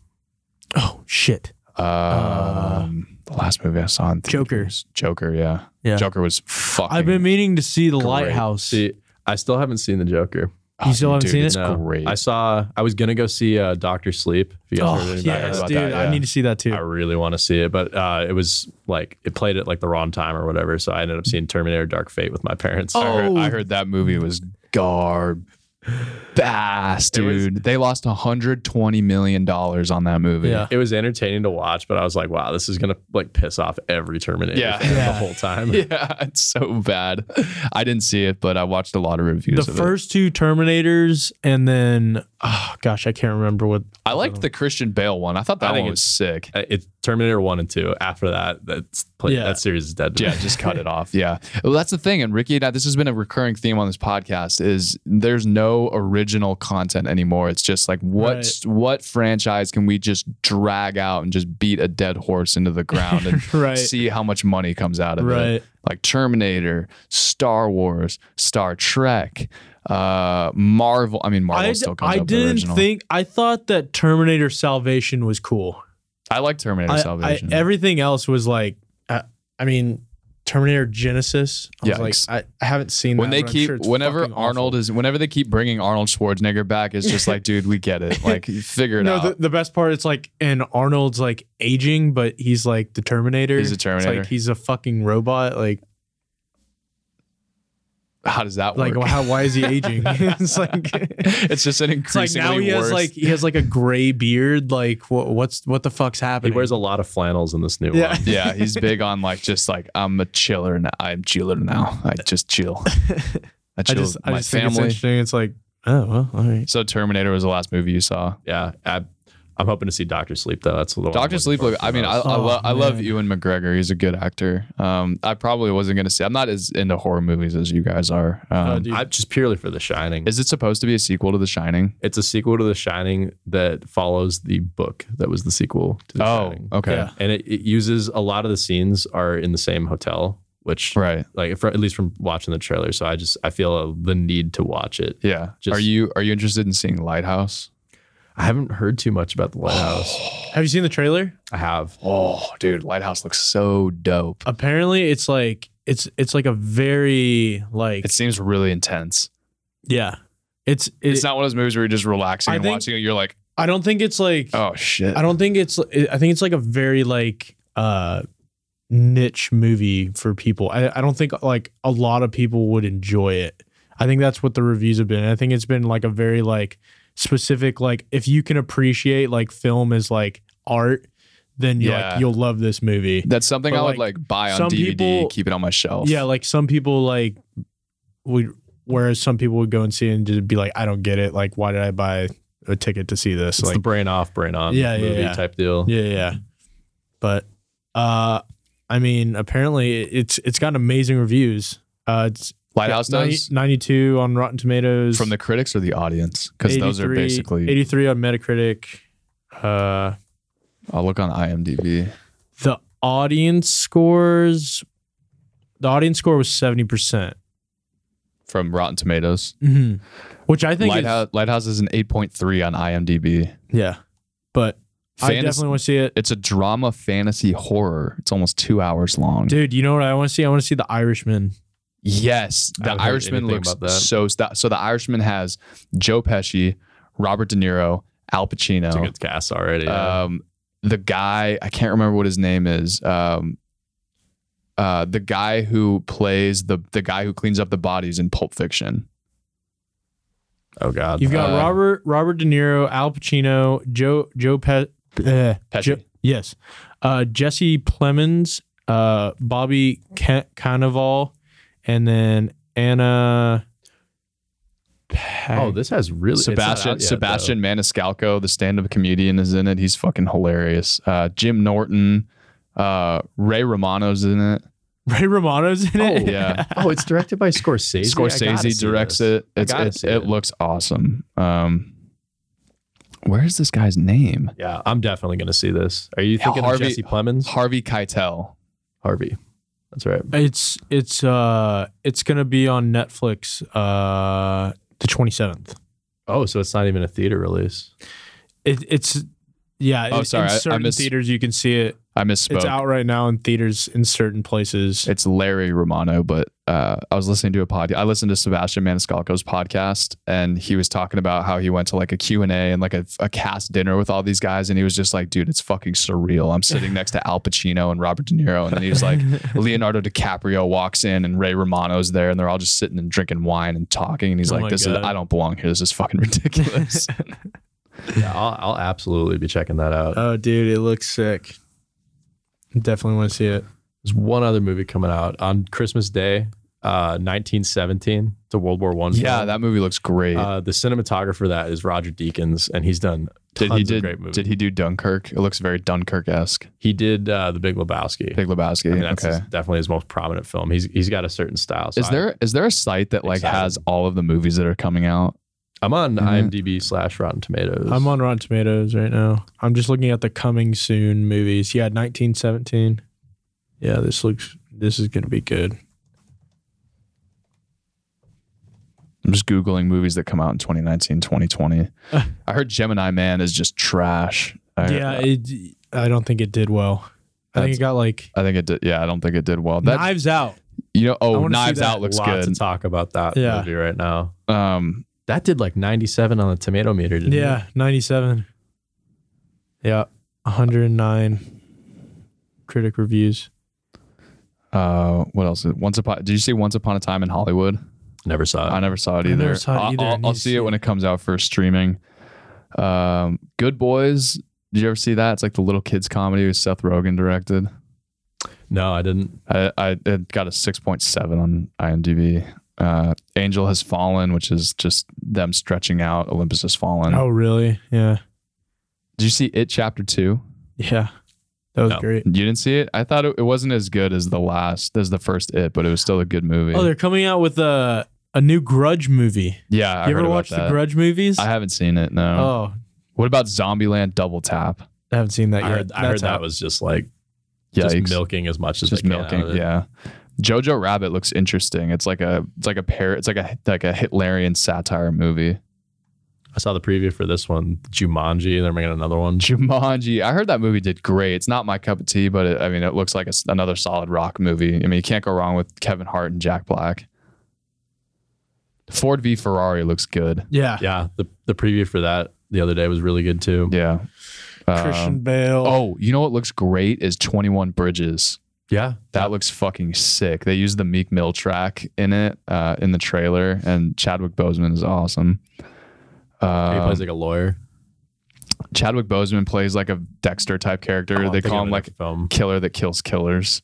[SPEAKER 2] Oh shit!
[SPEAKER 1] Um, the last movie I saw in
[SPEAKER 2] Joker.
[SPEAKER 1] theaters- Joker, yeah.
[SPEAKER 2] Yeah.
[SPEAKER 1] Joker was fucking.
[SPEAKER 2] I've been meaning to see the
[SPEAKER 1] great.
[SPEAKER 2] lighthouse.
[SPEAKER 3] See, I still haven't seen The Joker.
[SPEAKER 2] You still haven't
[SPEAKER 1] dude,
[SPEAKER 2] seen
[SPEAKER 1] It's
[SPEAKER 3] it? No.
[SPEAKER 1] great.
[SPEAKER 3] I saw. I was gonna go see uh, Doctor Sleep. If you guys heard
[SPEAKER 2] Oh
[SPEAKER 3] anything about
[SPEAKER 1] heard
[SPEAKER 2] yes,
[SPEAKER 1] about
[SPEAKER 2] dude!
[SPEAKER 1] that, yeah.
[SPEAKER 2] I need to see that
[SPEAKER 3] it.
[SPEAKER 2] too.
[SPEAKER 3] I really want to see it, but uh, it was like it played at like the wrong time or whatever. So I ended up seeing Terminator: Dark Fate with my parents.
[SPEAKER 1] I heard, I
[SPEAKER 2] Oh.
[SPEAKER 1] heard that movie was garb. Bass,
[SPEAKER 3] It was-
[SPEAKER 1] dude. they lost 120 million dollars on that movie.
[SPEAKER 2] Yeah.
[SPEAKER 3] It was entertaining to watch, but I was like, wow, this is gonna like piss off every Terminator
[SPEAKER 1] Yeah.
[SPEAKER 3] fan the
[SPEAKER 2] Yeah.
[SPEAKER 3] whole time.
[SPEAKER 1] Yeah, it's so bad. I didn't see it, but I watched a lot of
[SPEAKER 2] the
[SPEAKER 1] reviews of it.
[SPEAKER 2] first two Terminators, and then oh gosh, I can't remember what
[SPEAKER 1] I liked the Christian Bale one. I thought that
[SPEAKER 3] I think
[SPEAKER 1] one was sick.
[SPEAKER 3] Uh, It's Terminator One and Two. After that, that's play,
[SPEAKER 2] Yeah.
[SPEAKER 3] that series is dead. to me.
[SPEAKER 1] Yeah, just cut it off. Yeah. Well, that's the thing. And Ricky and I, this has been a recurring theme on this podcast is there's no original content anymore. It's just like what
[SPEAKER 2] Right.
[SPEAKER 1] what franchise can we just drag out and just beat a dead horse into the ground and
[SPEAKER 2] right,
[SPEAKER 1] see how much money comes out of it.
[SPEAKER 2] right.
[SPEAKER 1] Like Terminator, Star Wars, Star Trek, Uh, Marvel. I mean, Marvel
[SPEAKER 2] I,
[SPEAKER 1] still comes up
[SPEAKER 2] I
[SPEAKER 1] with
[SPEAKER 2] didn't
[SPEAKER 1] original.
[SPEAKER 2] think I thought that Terminator Salvation was cool.
[SPEAKER 1] I like Terminator
[SPEAKER 2] I, I,
[SPEAKER 1] Salvation.
[SPEAKER 2] everything else was like, uh, I mean, Terminator Genesis. I
[SPEAKER 1] Yeah,
[SPEAKER 2] was
[SPEAKER 1] ex-
[SPEAKER 2] like, I, I haven't seen
[SPEAKER 1] when
[SPEAKER 2] that,
[SPEAKER 1] they
[SPEAKER 2] but I'm
[SPEAKER 1] keep,
[SPEAKER 2] sure it's
[SPEAKER 1] whenever
[SPEAKER 2] fucking awful.
[SPEAKER 1] Arnold is, whenever they keep bringing Arnold Schwarzenegger back, it's just like, dude, we get it. Like, figure it
[SPEAKER 2] no,
[SPEAKER 1] out.
[SPEAKER 2] the, the best part it's like, and Arnold's like aging, but he's like the Terminator.
[SPEAKER 1] He's a
[SPEAKER 2] It's
[SPEAKER 1] Terminator.
[SPEAKER 2] like he's a fucking robot. Like,
[SPEAKER 1] How does that
[SPEAKER 2] like
[SPEAKER 1] work?
[SPEAKER 2] how, why is he aging? it's like.
[SPEAKER 1] it's just an
[SPEAKER 2] It's like
[SPEAKER 1] increasingly
[SPEAKER 2] now he has
[SPEAKER 1] worse-
[SPEAKER 2] like he has like a gray beard. Like what, what's what the fuck's
[SPEAKER 3] He
[SPEAKER 2] happening?
[SPEAKER 3] wears a lot of flannels in this new
[SPEAKER 2] Yeah.
[SPEAKER 3] one.
[SPEAKER 1] yeah, he's big on like just like I'm a chiller and I'm chiller now. I just chill. I
[SPEAKER 2] I
[SPEAKER 1] chill
[SPEAKER 2] just
[SPEAKER 1] with
[SPEAKER 2] I
[SPEAKER 1] my
[SPEAKER 2] just think it's
[SPEAKER 1] family.
[SPEAKER 2] interesting. It's like oh well, all right.
[SPEAKER 1] So Terminator was the last movie you saw.
[SPEAKER 3] Yeah, I, I'm hoping to see Doctor Sleep though. That's the one. I'm
[SPEAKER 1] Doctor
[SPEAKER 3] looking
[SPEAKER 1] Sleep.
[SPEAKER 3] forward
[SPEAKER 1] Look,
[SPEAKER 3] to
[SPEAKER 1] I mean, I,
[SPEAKER 3] most.
[SPEAKER 1] I, lo-
[SPEAKER 2] Oh,
[SPEAKER 1] I love
[SPEAKER 2] man.
[SPEAKER 1] Ewan McGregor. He's a good actor. Um, I probably wasn't gonna see. I'm not as into horror movies as you guys are. Um,
[SPEAKER 2] Oh, dude.
[SPEAKER 3] I- just purely for The Shining.
[SPEAKER 1] is it supposed to be a sequel to The Shining?
[SPEAKER 3] It's a sequel to The Shining that follows the book that was the sequel to The
[SPEAKER 1] Oh,
[SPEAKER 3] Shining.
[SPEAKER 1] okay,
[SPEAKER 2] Yeah.
[SPEAKER 3] And it, it uses a lot of the scenes are in the same hotel, which
[SPEAKER 1] right,
[SPEAKER 3] like for, at least from watching the trailer. So I just I feel uh, the need to watch it.
[SPEAKER 1] yeah.
[SPEAKER 3] Just-
[SPEAKER 1] are you are you interested in seeing Lighthouse?
[SPEAKER 3] I haven't heard too much about the lighthouse.
[SPEAKER 2] Have you seen the trailer?
[SPEAKER 3] I have.
[SPEAKER 1] Oh, dude, Lighthouse looks so dope.
[SPEAKER 2] Apparently, it's like it's it's like a very like
[SPEAKER 1] It seems really intense.
[SPEAKER 2] yeah. It's it,
[SPEAKER 1] it's not one of those movies where you're just relaxing
[SPEAKER 2] I
[SPEAKER 1] and
[SPEAKER 2] think-
[SPEAKER 1] watching it. You're like,
[SPEAKER 2] I don't think it's like
[SPEAKER 1] oh shit.
[SPEAKER 2] I don't think it's I think it's like a very like uh niche movie for people. I I don't think like a lot of people would enjoy it. I think that's what the reviews have been. I think it's been like a very like specific like if you can appreciate like film as like art, then you're
[SPEAKER 1] Yeah.
[SPEAKER 2] like you'll love this movie.
[SPEAKER 1] That's something I
[SPEAKER 2] But,
[SPEAKER 1] would
[SPEAKER 2] like,
[SPEAKER 1] like, buy on
[SPEAKER 2] some
[SPEAKER 1] DVD,
[SPEAKER 2] people-
[SPEAKER 1] keep it on my shelf.
[SPEAKER 2] Yeah, like some people like would whereas some people would go and see it and just be like, I don't get it. Like, why did I buy a ticket to see this?
[SPEAKER 3] It's
[SPEAKER 2] like
[SPEAKER 3] the brain off, brain on
[SPEAKER 2] Yeah, yeah,
[SPEAKER 3] movie
[SPEAKER 2] yeah.
[SPEAKER 3] type deal.
[SPEAKER 2] Yeah, yeah. But uh I mean, apparently it's it's got amazing reviews. Uh it's
[SPEAKER 1] Lighthouse
[SPEAKER 2] got 90
[SPEAKER 1] does
[SPEAKER 2] 92 on Rotten Tomatoes
[SPEAKER 1] from the critics or the audience because those are
[SPEAKER 2] 83
[SPEAKER 1] basically.
[SPEAKER 2] 83 on Metacritic. Uh
[SPEAKER 1] I'll look on IMDb.
[SPEAKER 2] the audience scores the audience score was 70%.
[SPEAKER 1] From Rotten Tomatoes,
[SPEAKER 2] Mhm. Which I think
[SPEAKER 1] Lighthouse,
[SPEAKER 2] is
[SPEAKER 1] Lighthouse is an 8.3 on IMDb.
[SPEAKER 2] yeah. But I
[SPEAKER 1] Fantasy-
[SPEAKER 2] definitely want to see it.
[SPEAKER 1] It's a drama, fantasy, horror. It's almost two hours long.
[SPEAKER 2] Dude, you know what I want to see? I want to see The Irishman.
[SPEAKER 1] Yes,
[SPEAKER 3] I
[SPEAKER 1] the
[SPEAKER 3] haven't heard
[SPEAKER 1] Irishman
[SPEAKER 3] anything
[SPEAKER 1] looks
[SPEAKER 3] about that.
[SPEAKER 1] so. sta- So the Irishman has Joe Pesci, Robert De Niro, Al Pacino.
[SPEAKER 3] It's a good cast already. yeah.
[SPEAKER 1] um, the guy I can't remember what his name is. Um, uh, the guy who plays the the guy who cleans up the bodies in Pulp Fiction.
[SPEAKER 3] oh God.
[SPEAKER 2] You've got
[SPEAKER 1] Uh,
[SPEAKER 2] Robert Robert De Niro, Al Pacino, Joe Joe Pe- uh,
[SPEAKER 1] Pesci.
[SPEAKER 2] Jo- yes, uh, Jesse Plemons, uh, Bobby Can- Cannavale, and then Anna. Pag-
[SPEAKER 3] oh, this has really it's not
[SPEAKER 1] Sebastian
[SPEAKER 3] out yet,
[SPEAKER 1] Sebastian Maniscalco, the stand up comedian, is in it. He's fucking hilarious. Uh, Jim Norton, uh, Ray Romano's in it.
[SPEAKER 2] Ray Romano's in it.
[SPEAKER 1] Oh, yeah.
[SPEAKER 3] though. Oh, it's directed by Scorsese. I gotta
[SPEAKER 1] Scorsese
[SPEAKER 3] see
[SPEAKER 1] directs
[SPEAKER 3] this.
[SPEAKER 1] it.
[SPEAKER 3] I
[SPEAKER 1] It's,
[SPEAKER 3] gotta
[SPEAKER 1] it,
[SPEAKER 3] see
[SPEAKER 1] it.
[SPEAKER 3] it.
[SPEAKER 1] looks awesome. Um, where is this guy's name?
[SPEAKER 3] Yeah, I'm definitely gonna see this. Are you
[SPEAKER 1] Yeah,
[SPEAKER 3] thinking
[SPEAKER 1] Harvey-
[SPEAKER 3] of Jesse Plemons?
[SPEAKER 1] Harvey Keitel.
[SPEAKER 3] Harvey. That's right.
[SPEAKER 1] Oh.
[SPEAKER 2] It's it's uh it's gonna be on Netflix uh the twenty seventh.
[SPEAKER 3] Oh, so it's not even a theater release.
[SPEAKER 2] It, it's yeah.
[SPEAKER 1] Oh,
[SPEAKER 2] in-
[SPEAKER 1] sorry,
[SPEAKER 2] In
[SPEAKER 1] I- I
[SPEAKER 2] certain
[SPEAKER 1] miss-
[SPEAKER 2] theaters you can see it.
[SPEAKER 1] I misspoke.
[SPEAKER 2] It's out right now in theaters in certain places.
[SPEAKER 1] it's Larry Romano, but uh, I was listening to a podcast. I listened to Sebastian Maniscalco's podcast, and he was talking about how he went to like a Q and A and like a, a cast dinner with all these guys, and he was just like, "Dude, it's fucking surreal." I'm sitting next to Al Pacino and Robert De Niro, and then he was like, Leonardo DiCaprio walks in, and Ray Romano's there, and they're all just sitting and drinking wine and talking, and he's
[SPEAKER 2] Oh
[SPEAKER 1] like,
[SPEAKER 2] my
[SPEAKER 1] "This is
[SPEAKER 2] God.
[SPEAKER 1] I don't belong here. This is fucking ridiculous."
[SPEAKER 3] Yeah, I'll, I'll absolutely be checking that out.
[SPEAKER 2] Oh, dude, it looks sick. Definitely want to see it.
[SPEAKER 3] There's one other movie coming out on Christmas Day, uh, 1917. It's a World War One.
[SPEAKER 1] yeah,
[SPEAKER 3] film.
[SPEAKER 1] that movie looks great.
[SPEAKER 3] Uh, the cinematographer for that is Roger Deakins, and he's done
[SPEAKER 1] did
[SPEAKER 3] tons
[SPEAKER 1] he
[SPEAKER 3] of
[SPEAKER 1] did
[SPEAKER 3] great movies.
[SPEAKER 1] did he do Dunkirk? It looks very Dunkirk esque.
[SPEAKER 3] He did uh, The Big Lebowski.
[SPEAKER 1] Big Lebowski.
[SPEAKER 3] I mean, that's
[SPEAKER 1] okay.
[SPEAKER 3] his- definitely his most prominent film. He's he's got a certain style. So
[SPEAKER 1] is there is there a site that like has all of the movies that are coming out?
[SPEAKER 3] I, am on
[SPEAKER 1] Mhm.
[SPEAKER 3] IMDb slash Rotten Tomatoes.
[SPEAKER 2] I'm on Rotten Tomatoes right now. I'm just looking at the coming soon movies. Yeah, 1917. Yeah, this looks. This is gonna be good.
[SPEAKER 1] I'm just Googling movies that come out in 2019, 2020.
[SPEAKER 2] Uh.
[SPEAKER 1] I heard Gemini Man is just trash. I,
[SPEAKER 2] yeah, it, I don't think it did well. I
[SPEAKER 1] That's-
[SPEAKER 2] think it got like
[SPEAKER 1] I think it did. Yeah, I don't think it did well. That
[SPEAKER 2] knives out.
[SPEAKER 1] you know,
[SPEAKER 3] I
[SPEAKER 1] oh,
[SPEAKER 3] wanna see
[SPEAKER 1] Knives
[SPEAKER 3] that.
[SPEAKER 1] Out looks
[SPEAKER 3] Lot
[SPEAKER 1] good.
[SPEAKER 3] to talk about that
[SPEAKER 2] Yeah.
[SPEAKER 3] movie right now.
[SPEAKER 1] Um,
[SPEAKER 3] That did like 97 on the tomato meter. Didn't
[SPEAKER 2] Yeah, 97. Yeah, 109 critic reviews.
[SPEAKER 1] uh, what else? Once upon. Did you see Once Upon a Time in Hollywood?
[SPEAKER 3] it? never saw
[SPEAKER 1] I
[SPEAKER 3] it.
[SPEAKER 1] never saw it
[SPEAKER 2] Uh, I
[SPEAKER 1] either.
[SPEAKER 2] never saw it
[SPEAKER 1] I'll-
[SPEAKER 2] either. I
[SPEAKER 1] I'll,
[SPEAKER 2] need
[SPEAKER 1] I'll
[SPEAKER 2] to
[SPEAKER 1] see
[SPEAKER 2] see
[SPEAKER 1] it
[SPEAKER 2] it.
[SPEAKER 1] when it comes out for streaming. Um, Good Boys. Did you ever see that? It's like the little kids comedy with Seth Rogen directed.
[SPEAKER 3] No, I didn't.
[SPEAKER 1] I, I it got a 6.7 on IMDb. Uh, Angel Has Fallen, which is just them stretching out. Olympus Has Fallen.
[SPEAKER 2] Oh, really? Yeah.
[SPEAKER 1] Did you see It Chapter 2?
[SPEAKER 2] Yeah. That was
[SPEAKER 3] No.
[SPEAKER 2] great.
[SPEAKER 1] You didn't see it? I thought it, it wasn't as good as the last, as the first It, but it was still a good movie.
[SPEAKER 2] Oh, they're coming out with a a new Grudge movie.
[SPEAKER 1] yeah, I
[SPEAKER 2] you
[SPEAKER 1] heard
[SPEAKER 2] ever
[SPEAKER 1] about
[SPEAKER 2] watch the
[SPEAKER 1] that.
[SPEAKER 2] Grudge movies?
[SPEAKER 1] I haven't seen it, no.
[SPEAKER 2] oh,
[SPEAKER 1] What about Zombieland Double Tap?
[SPEAKER 2] I haven't seen that
[SPEAKER 3] I
[SPEAKER 2] yet.
[SPEAKER 3] heard, I heard
[SPEAKER 2] That's
[SPEAKER 3] that
[SPEAKER 2] out.
[SPEAKER 3] was just like
[SPEAKER 1] Yikes.
[SPEAKER 3] just milking as much as
[SPEAKER 1] just
[SPEAKER 3] they can out
[SPEAKER 1] milking.
[SPEAKER 3] of it.
[SPEAKER 1] Yeah. Jojo Rabbit looks interesting. It's like a it's like a pair it's like a like a Hitlerian satire movie.
[SPEAKER 3] I saw the preview for this one, Jumanji. They're making another one.
[SPEAKER 1] Jumanji. I heard that movie did great. It's not my cup of tea, but it, I mean, it looks like it's another solid rock movie. I mean, you can't go wrong with Kevin Hart and Jack Black. Ford v Ferrari looks good.
[SPEAKER 2] Yeah.
[SPEAKER 3] Yeah, the, the preview for that the other day was really good too.
[SPEAKER 1] Yeah. Um,
[SPEAKER 2] Christian Bale.
[SPEAKER 1] oh, you know what looks great is Twenty One Bridges.
[SPEAKER 3] Yeah,
[SPEAKER 1] That looks fucking sick. They used the Meek Mill track in it uh, in the trailer, and Chadwick Boseman is awesome.
[SPEAKER 3] he
[SPEAKER 1] Um,
[SPEAKER 3] plays like a lawyer.
[SPEAKER 1] Chadwick Boseman plays like a Dexter type character.
[SPEAKER 3] Oh, I'm
[SPEAKER 1] they
[SPEAKER 3] thinking
[SPEAKER 1] call
[SPEAKER 3] of
[SPEAKER 1] him
[SPEAKER 3] a
[SPEAKER 1] like
[SPEAKER 3] different film.
[SPEAKER 1] killer that kills killers.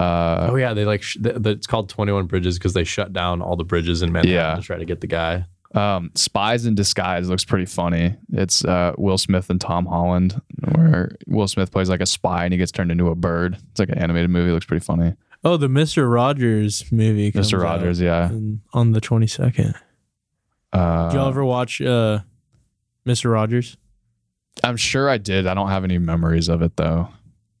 [SPEAKER 1] Uh,
[SPEAKER 3] Oh yeah, they like sh- th- th- it's called Twenty One Bridges because they shut down all the bridges in Manhattan
[SPEAKER 1] Yeah.
[SPEAKER 3] to try to get the guy.
[SPEAKER 1] um, Spies in Disguise looks pretty funny. It's uh, Will Smith and Tom Holland, where Will Smith plays like a spy and he gets turned into a bird. It's like an animated movie. It looks pretty funny.
[SPEAKER 2] Oh, the Mr. Rogers movie. comes
[SPEAKER 1] Mr.
[SPEAKER 2] out
[SPEAKER 1] Rogers, yeah.
[SPEAKER 2] in- on the 22nd.
[SPEAKER 1] Uh,
[SPEAKER 2] Did y'all ever watch uh, Mr. Rogers?
[SPEAKER 1] I'm sure I did. I don't have any memories of it though.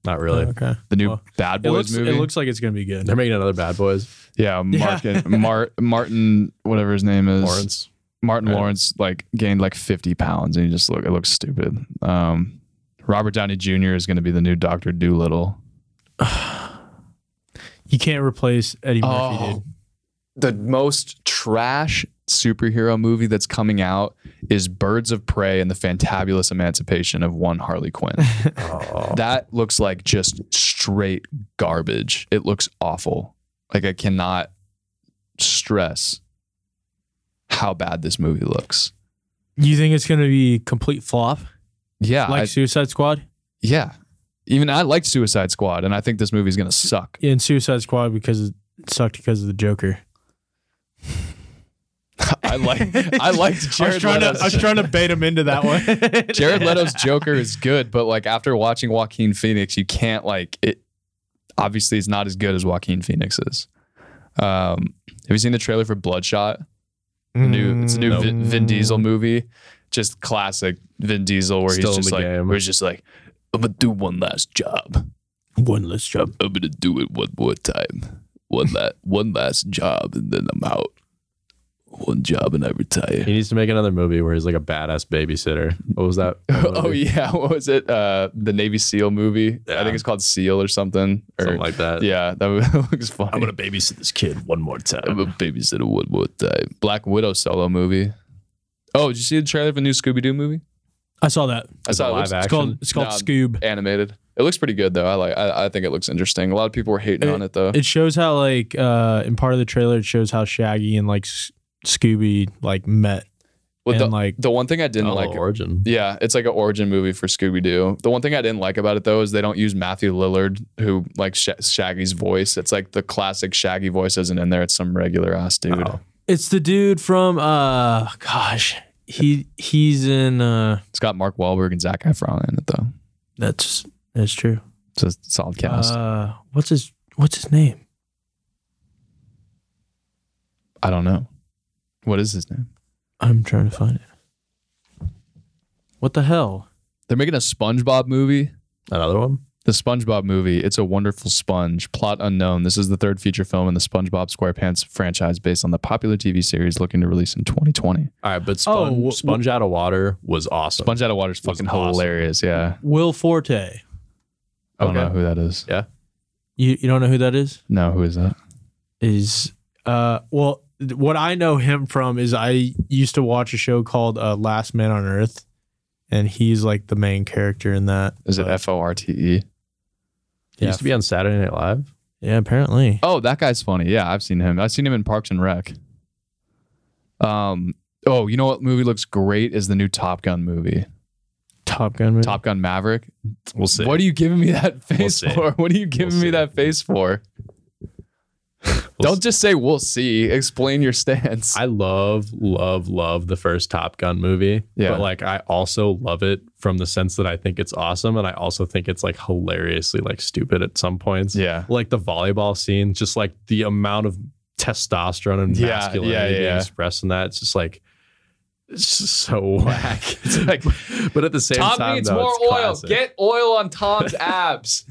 [SPEAKER 3] Not really.
[SPEAKER 1] Uh,
[SPEAKER 2] Oh, okay.
[SPEAKER 1] The new
[SPEAKER 2] Well,
[SPEAKER 1] Bad
[SPEAKER 2] It
[SPEAKER 1] Boys
[SPEAKER 2] looks,
[SPEAKER 1] movie.
[SPEAKER 2] it looks like it's going to be good.
[SPEAKER 3] They're making another Bad Boys.
[SPEAKER 1] yeah, Martin, Mar- Martin, whatever his name is,
[SPEAKER 3] Lawrence.
[SPEAKER 1] Martin
[SPEAKER 3] Right.
[SPEAKER 1] Lawrence like gained like 50 pounds and he just look it looks stupid. Um, Robert Downey Jr. is going to be the new Doctor Doolittle.
[SPEAKER 2] You can't replace Eddie Murphy,
[SPEAKER 1] Oh.
[SPEAKER 2] dude.
[SPEAKER 1] the most trash superhero movie that's coming out is Birds of Prey and the Fantabulous Emancipation of One Harley Quinn.
[SPEAKER 3] Oh.
[SPEAKER 1] that looks like just straight garbage. It looks awful. Like I cannot stress how bad this movie looks.
[SPEAKER 2] You think it's going to be complete flop
[SPEAKER 1] Yeah,
[SPEAKER 2] like
[SPEAKER 1] I-
[SPEAKER 2] Suicide Squad?
[SPEAKER 1] Yeah. Even I liked Suicide Squad, and I think this movie's gonna suck.
[SPEAKER 2] In Suicide Squad because it sucked because of the Joker.
[SPEAKER 1] I like I liked
[SPEAKER 2] I was
[SPEAKER 1] Jared
[SPEAKER 2] trying
[SPEAKER 1] Leto's.
[SPEAKER 2] to I was trying to bait him into that one.
[SPEAKER 1] Jared Leto's Joker is good, but like after watching Joaquin Phoenix, you can't like it. Obviously, it's not as good as Joaquin Phoenix is. Um, have you seen the trailer for Bloodshot? The new it's a
[SPEAKER 3] Mm,
[SPEAKER 1] new Vin, Vin Diesel movie, just classic Vin Diesel, where
[SPEAKER 3] Still
[SPEAKER 1] he's
[SPEAKER 3] in
[SPEAKER 1] just
[SPEAKER 3] the
[SPEAKER 1] like
[SPEAKER 3] game.
[SPEAKER 1] where he's just like, I'm gonna do one last job.
[SPEAKER 2] One less job.
[SPEAKER 1] I'm gonna do it one more time. One last one last job and then I'm out. One job and I retire.
[SPEAKER 3] He needs to make another movie where he's like a badass babysitter. What was that?
[SPEAKER 1] Oh yeah, what was it? Uh, the Navy SEAL movie. I
[SPEAKER 3] Yeah.
[SPEAKER 1] think it's called Seal or something. Or,
[SPEAKER 3] something like that.
[SPEAKER 1] yeah, that movie looks funny.
[SPEAKER 3] I'm gonna babysit this kid one more
[SPEAKER 1] I'm
[SPEAKER 3] time.
[SPEAKER 1] a babysitter one more time. Black Widow solo movie. Oh, did you see the trailer for the new Scooby Doo movie?
[SPEAKER 2] I saw that.
[SPEAKER 1] I
[SPEAKER 3] Is it
[SPEAKER 1] saw it
[SPEAKER 3] live
[SPEAKER 1] looks
[SPEAKER 3] action?
[SPEAKER 2] It's called it's called
[SPEAKER 1] Nah.
[SPEAKER 2] Scoob.
[SPEAKER 1] animated. It looks pretty good though. I like. I, I think it looks interesting. A lot of people were hating on it though.
[SPEAKER 2] It shows how like uh in part of the trailer it shows how Shaggy and like S- Scooby like met.
[SPEAKER 1] With
[SPEAKER 2] and
[SPEAKER 1] the,
[SPEAKER 2] like
[SPEAKER 1] the one thing I didn't
[SPEAKER 3] Oh,
[SPEAKER 1] like
[SPEAKER 3] origin.
[SPEAKER 1] Yeah, it's like an origin movie for Scooby Doo. The one thing I didn't like about it though is they don't use Matthew Lillard, who like Sh- Shaggy's voice. It's like the classic Shaggy voice isn't in there. It's some regular ass dude.
[SPEAKER 3] Oh.
[SPEAKER 2] it's the dude from uh gosh. He he's in uh
[SPEAKER 1] It's got Mark Wahlberg and Zach Efron in it though.
[SPEAKER 2] that's that's true.
[SPEAKER 1] It's a solid cast.
[SPEAKER 2] Uh what's his what's his name?
[SPEAKER 1] I don't know. What is his name?
[SPEAKER 2] I'm trying to find it. What the hell?
[SPEAKER 1] They're making a SpongeBob movie.
[SPEAKER 3] Another one.
[SPEAKER 1] The SpongeBob movie, It's a Wonderful Sponge, plot unknown. This is the third feature film in the SpongeBob SquarePants franchise based on the popular TV series looking to release in 2020.
[SPEAKER 3] All right, but
[SPEAKER 2] Oh,
[SPEAKER 3] Spon-
[SPEAKER 2] wh- wh-
[SPEAKER 3] Sponge Out of Water was awesome.
[SPEAKER 1] Sponge Out of Water is
[SPEAKER 3] Was
[SPEAKER 1] fucking
[SPEAKER 3] awesome.
[SPEAKER 1] hilarious. Yeah.
[SPEAKER 6] Will Forte.
[SPEAKER 1] I don't
[SPEAKER 3] Okay.
[SPEAKER 1] know who that is.
[SPEAKER 6] You you don't know who that is?
[SPEAKER 1] No, who is that?
[SPEAKER 2] is uh well th- what I know him from is I used to watch a show called uh, Last Man on Earth and he's like the main character in that. Uh,
[SPEAKER 1] Is it
[SPEAKER 3] Uh,
[SPEAKER 2] But-
[SPEAKER 1] F O R T E?
[SPEAKER 3] It used to be on Saturday Night Live.
[SPEAKER 6] Yeah, apparently.
[SPEAKER 1] Oh, that guy's funny. Yeah, I've seen him. I've seen him in Parks and Rec. Um. Oh, you know what movie looks great is the new Top Gun movie,
[SPEAKER 2] Top Gun movie?
[SPEAKER 1] Top Gun Maverick.
[SPEAKER 3] We'll see.
[SPEAKER 1] What are you giving me that face
[SPEAKER 3] see.
[SPEAKER 1] for? What are you giving me
[SPEAKER 3] see.
[SPEAKER 1] that face for?
[SPEAKER 3] We'll
[SPEAKER 1] Don't just say we'll see. Explain your stance.
[SPEAKER 3] I love, love, love the first Top Gun movie.
[SPEAKER 1] Yeah.
[SPEAKER 3] But like I also love it from the sense that I think it's awesome and I also think it's like hilariously like stupid at some points.
[SPEAKER 1] yeah.
[SPEAKER 3] Like the volleyball scene, just like the amount of testosterone and
[SPEAKER 1] Yeah,
[SPEAKER 3] masculinity
[SPEAKER 1] yeah, yeah,
[SPEAKER 3] being
[SPEAKER 1] yeah.
[SPEAKER 3] expressed in that. It's just like it's just so whack.
[SPEAKER 1] It's like
[SPEAKER 3] but at the same
[SPEAKER 1] Tom
[SPEAKER 3] time,
[SPEAKER 1] needs
[SPEAKER 3] though,
[SPEAKER 1] more
[SPEAKER 3] it's
[SPEAKER 1] oil.
[SPEAKER 3] classic.
[SPEAKER 1] Get oil on Tom's abs.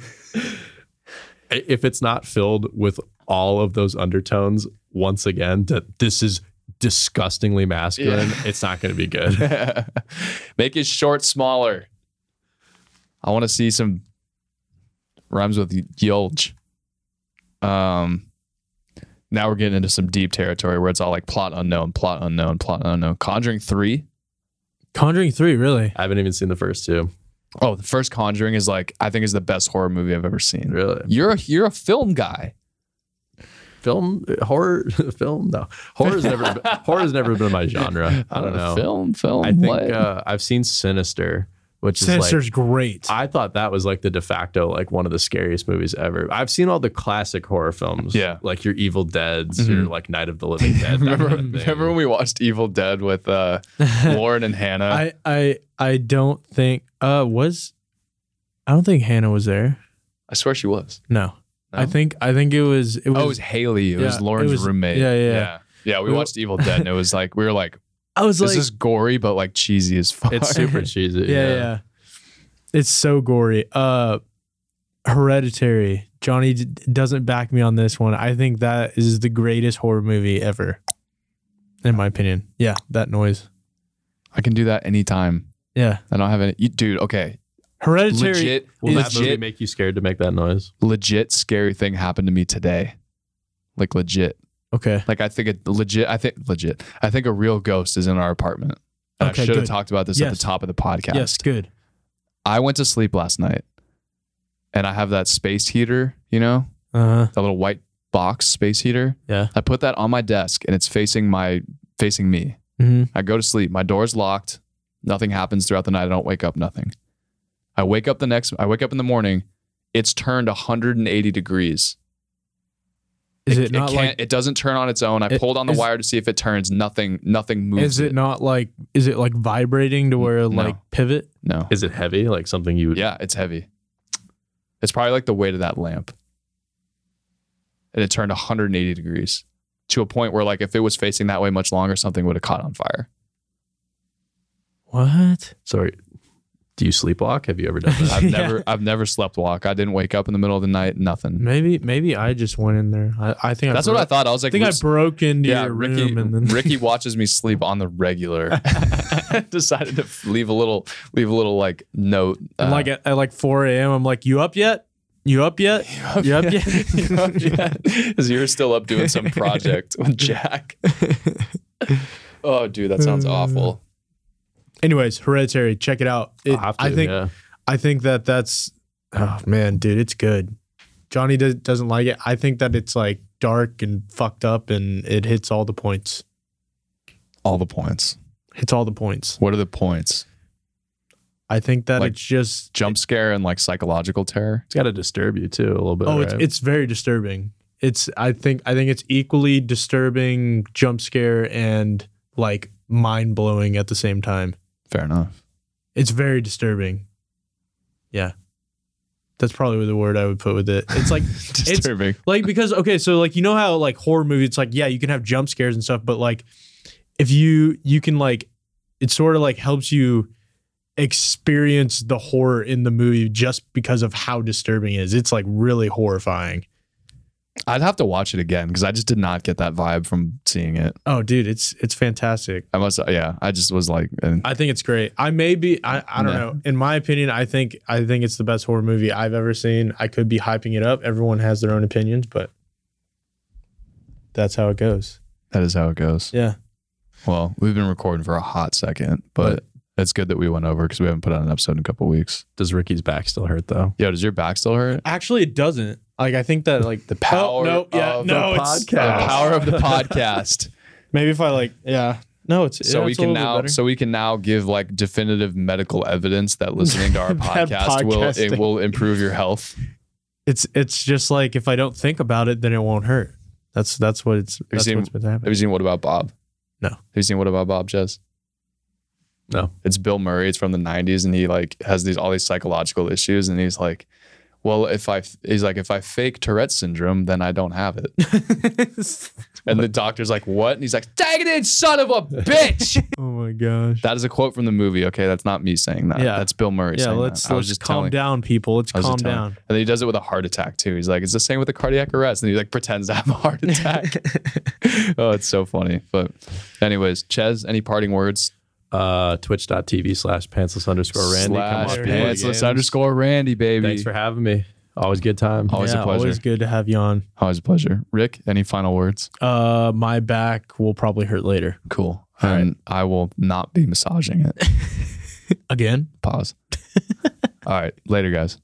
[SPEAKER 3] if it's not filled with all of those undertones once again that this is disgustingly masculine
[SPEAKER 1] Yeah.
[SPEAKER 3] it's not going to be good
[SPEAKER 1] Make his short smaller. I want to see some rhymes with yulch. Um, now we're getting into some deep territory where it's all like plot unknown, plot unknown, plot unknown. Conjuring three.
[SPEAKER 2] Conjuring 3, really?
[SPEAKER 3] i haven't even seen the first two
[SPEAKER 1] Oh, the first Conjuring is like I think is the best horror movie I've ever seen.
[SPEAKER 3] really
[SPEAKER 1] You're a, you're a film guy.
[SPEAKER 3] film horror film no horror's never been, horror's never been my genre i don't know
[SPEAKER 1] Film, film.
[SPEAKER 3] i think
[SPEAKER 1] what?
[SPEAKER 3] uh, i've seen sinister which
[SPEAKER 2] Sinister's
[SPEAKER 3] is
[SPEAKER 2] great.
[SPEAKER 3] like i thought that was like the de facto like one of the scariest movies ever i've seen all the classic horror films
[SPEAKER 1] Yeah.
[SPEAKER 3] like your evil deads
[SPEAKER 1] Mhm.
[SPEAKER 3] your like night of the living dead that
[SPEAKER 1] remember,
[SPEAKER 3] kind of thing.
[SPEAKER 1] remember when we watched Evil Dead with uh, Lauren and Hannah?
[SPEAKER 2] I I I don't think uh was I don't think Hannah was there.
[SPEAKER 1] I swear she was.
[SPEAKER 2] No. I
[SPEAKER 1] No?
[SPEAKER 2] think I think it was it was,
[SPEAKER 1] Oh, it was Haley. It was
[SPEAKER 2] yeah,
[SPEAKER 1] Lauren's
[SPEAKER 2] it was-
[SPEAKER 1] roommate.
[SPEAKER 2] yeah, yeah.
[SPEAKER 1] yeah. Yeah, we
[SPEAKER 2] We were-
[SPEAKER 1] watched Evil Dead, and it was like we were like,
[SPEAKER 2] I was
[SPEAKER 1] "This
[SPEAKER 2] like
[SPEAKER 1] is gory, but like cheesy as fuck."
[SPEAKER 3] it's super cheesy
[SPEAKER 2] yeah, yeah, It's so gory. Uh Hereditary. Johnny d- doesn't back me on this one. I think that is the greatest horror movie ever. In my opinion. Yeah, that noise.
[SPEAKER 1] I can do that anytime.
[SPEAKER 2] Yeah.
[SPEAKER 1] I don't have any, you, dude. Okay,
[SPEAKER 2] Hereditary.
[SPEAKER 1] legit,
[SPEAKER 3] Will that movie
[SPEAKER 1] legit,
[SPEAKER 3] make you scared to make that noise?
[SPEAKER 1] legit, scary thing happened to me today. Like legit.
[SPEAKER 2] Okay.
[SPEAKER 1] Like I think a legit. I think legit. I think a real ghost is in our apartment. And I
[SPEAKER 2] Okay,
[SPEAKER 1] should have
[SPEAKER 2] good.
[SPEAKER 1] talked about this at
[SPEAKER 2] Yes.
[SPEAKER 1] the top of the podcast.
[SPEAKER 2] Yes, good.
[SPEAKER 1] I went to sleep last night, and I have that space heater. You know,
[SPEAKER 2] Uh huh.
[SPEAKER 1] that little white box space heater.
[SPEAKER 2] Yeah.
[SPEAKER 1] I put that on my desk and it's facing my facing me.
[SPEAKER 2] hmm
[SPEAKER 1] I go to sleep. My door's locked. Nothing happens throughout the night. I don't wake up. Nothing. I wake up the next. I wake up in the morning. It's turned 180 degrees.
[SPEAKER 2] Is it, not
[SPEAKER 1] it
[SPEAKER 2] like
[SPEAKER 1] it doesn't turn on its own. I
[SPEAKER 2] It-
[SPEAKER 1] pulled on the
[SPEAKER 2] is-
[SPEAKER 1] wire to see if it turns. Nothing. Nothing moves.
[SPEAKER 2] is it, not like is it like vibrating to where
[SPEAKER 1] No.
[SPEAKER 2] like pivot?
[SPEAKER 1] No.
[SPEAKER 3] Is it heavy? Like something you would
[SPEAKER 1] Yeah, it's heavy. It's probably like the weight of that lamp. And it turned 180 degrees to a point where, like, if it was facing that way much longer, something would have caught on fire.
[SPEAKER 2] What?
[SPEAKER 3] sorry. Do you sleepwalk? Have you ever done that?
[SPEAKER 1] I've
[SPEAKER 2] Yeah.
[SPEAKER 1] never I've never slept walk. I didn't wake up in the middle of the night, nothing.
[SPEAKER 2] Maybe maybe I just went in there. I, I think
[SPEAKER 1] That's
[SPEAKER 2] I
[SPEAKER 1] what I
[SPEAKER 2] broke-
[SPEAKER 1] thought. I was
[SPEAKER 2] I
[SPEAKER 1] like,
[SPEAKER 2] think I
[SPEAKER 1] Rick-
[SPEAKER 2] broke into
[SPEAKER 1] yeah,
[SPEAKER 2] your
[SPEAKER 1] Ricky
[SPEAKER 2] room and then
[SPEAKER 1] Ricky watches me sleep on the regular. Decided to leave a little leave a little like note. uh,
[SPEAKER 2] And like at, at like 4 a.m., I'm like, you up yet? You up yet? You up yet?
[SPEAKER 1] Because you were still up doing some project with Jack. oh, dude, that
[SPEAKER 2] Uh,
[SPEAKER 1] sounds awful.
[SPEAKER 2] Anyways, Hereditary, check it out. It-
[SPEAKER 3] I'll have to,
[SPEAKER 2] I think
[SPEAKER 3] yeah.
[SPEAKER 2] I think that that's oh man, dude, it's good. Johnny does, doesn't like it. I think that it's like dark and fucked up, and it hits all the points.
[SPEAKER 1] All the points.
[SPEAKER 2] Hits all the points.
[SPEAKER 1] What are the points?
[SPEAKER 2] I think that
[SPEAKER 1] Like-
[SPEAKER 2] it's just
[SPEAKER 1] Jump scare and like psychological terror.
[SPEAKER 3] it's got to disturb you too a little bit.
[SPEAKER 2] oh,
[SPEAKER 3] right?
[SPEAKER 2] it's it's very disturbing. It's I think I think it's equally disturbing, jump scare, and like mind blowing at the same time.
[SPEAKER 1] Fair enough.
[SPEAKER 2] It's very disturbing. Yeah. That's probably the word I would put with it. It's like
[SPEAKER 1] Disturbing.
[SPEAKER 2] like because okay, so like you know how like horror movie it's like yeah, you can have jump scares and stuff, but like if you you can like it sort of like helps you experience the horror in the movie just because of how disturbing it is. It's like really horrifying.
[SPEAKER 1] I'd have to watch it again because I just did not get that vibe from seeing it.
[SPEAKER 2] Oh, dude, it's it's fantastic.
[SPEAKER 1] I must, yeah, I just was like, eh.
[SPEAKER 2] I think it's great. I may be I, I don't
[SPEAKER 1] Yeah.
[SPEAKER 2] know. In my opinion, I think I think it's the best horror movie I've ever seen. I could be hyping it up. Everyone has their own opinions, but that's how it goes.
[SPEAKER 1] that is how it goes.
[SPEAKER 2] Yeah.
[SPEAKER 1] Well, we've been recording for a hot second, but it's good that we went over because we haven't put out an episode in a couple weeks.
[SPEAKER 3] Does Ricky's back still hurt though?
[SPEAKER 1] Yo, does your back still hurt?
[SPEAKER 2] Actually, it doesn't. Like I think that like
[SPEAKER 1] The power
[SPEAKER 2] Oh, no, yeah,
[SPEAKER 1] of
[SPEAKER 2] no,
[SPEAKER 1] the
[SPEAKER 2] it's-
[SPEAKER 1] podcast. The power of the podcast.
[SPEAKER 2] maybe if I like yeah. No, it's
[SPEAKER 1] so
[SPEAKER 2] it's
[SPEAKER 1] we
[SPEAKER 2] a
[SPEAKER 1] can
[SPEAKER 2] little bit
[SPEAKER 1] now
[SPEAKER 2] better.
[SPEAKER 1] so we can now give like definitive medical evidence that listening to our
[SPEAKER 2] That
[SPEAKER 1] podcast will it
[SPEAKER 2] podcasting.
[SPEAKER 1] will improve your health.
[SPEAKER 2] it's it's just like if I don't think about it, then it won't hurt. That's that's what it's that's
[SPEAKER 1] seen-
[SPEAKER 2] what's been
[SPEAKER 1] Have
[SPEAKER 2] happening.
[SPEAKER 1] you seen What About Bob?
[SPEAKER 2] No.
[SPEAKER 1] Have you seen What About Bob, Jess?
[SPEAKER 3] No.
[SPEAKER 1] It's Bill Murray. It's from the '90s, and he like has these all these psychological issues, and he's like, "Well, if I he's like if I fake Tourette's syndrome, then I don't have it." and the doctor's like, "What?" And he's like, "Dang it, in, son of a bitch!"
[SPEAKER 2] Oh my gosh.
[SPEAKER 1] that is a quote from the movie. Okay, that's not me saying that.
[SPEAKER 2] Yeah.
[SPEAKER 1] that's Bill Murray.
[SPEAKER 2] yeah,
[SPEAKER 1] saying
[SPEAKER 2] let's
[SPEAKER 1] that. I was
[SPEAKER 2] let's
[SPEAKER 1] just
[SPEAKER 2] calm
[SPEAKER 1] telling-
[SPEAKER 2] down, people. Let's
[SPEAKER 1] I was
[SPEAKER 2] calm
[SPEAKER 1] just telling-
[SPEAKER 2] down.
[SPEAKER 1] And then he does it with a heart attack too. He's like, "It's the same with a cardiac arrest," and he like pretends to have a heart attack. oh, it's so funny. But, anyways, Ches, any parting words?
[SPEAKER 3] Uh, Twitch.tv slash pantsless underscore Randy. Come
[SPEAKER 1] Slash
[SPEAKER 2] There
[SPEAKER 3] on,
[SPEAKER 2] it
[SPEAKER 3] play
[SPEAKER 2] is.
[SPEAKER 1] pantsless
[SPEAKER 3] games.
[SPEAKER 1] underscore Randy, baby.
[SPEAKER 3] Thanks for having me. Always good time.
[SPEAKER 1] Always a
[SPEAKER 2] Yeah,
[SPEAKER 1] pleasure.
[SPEAKER 2] Always good to have you on.
[SPEAKER 1] Always a pleasure. Rick, any final words?
[SPEAKER 2] Uh, my back will probably hurt later.
[SPEAKER 1] Cool. and I will not be massaging it.
[SPEAKER 2] Again.
[SPEAKER 1] Pause. All right. Later, guys.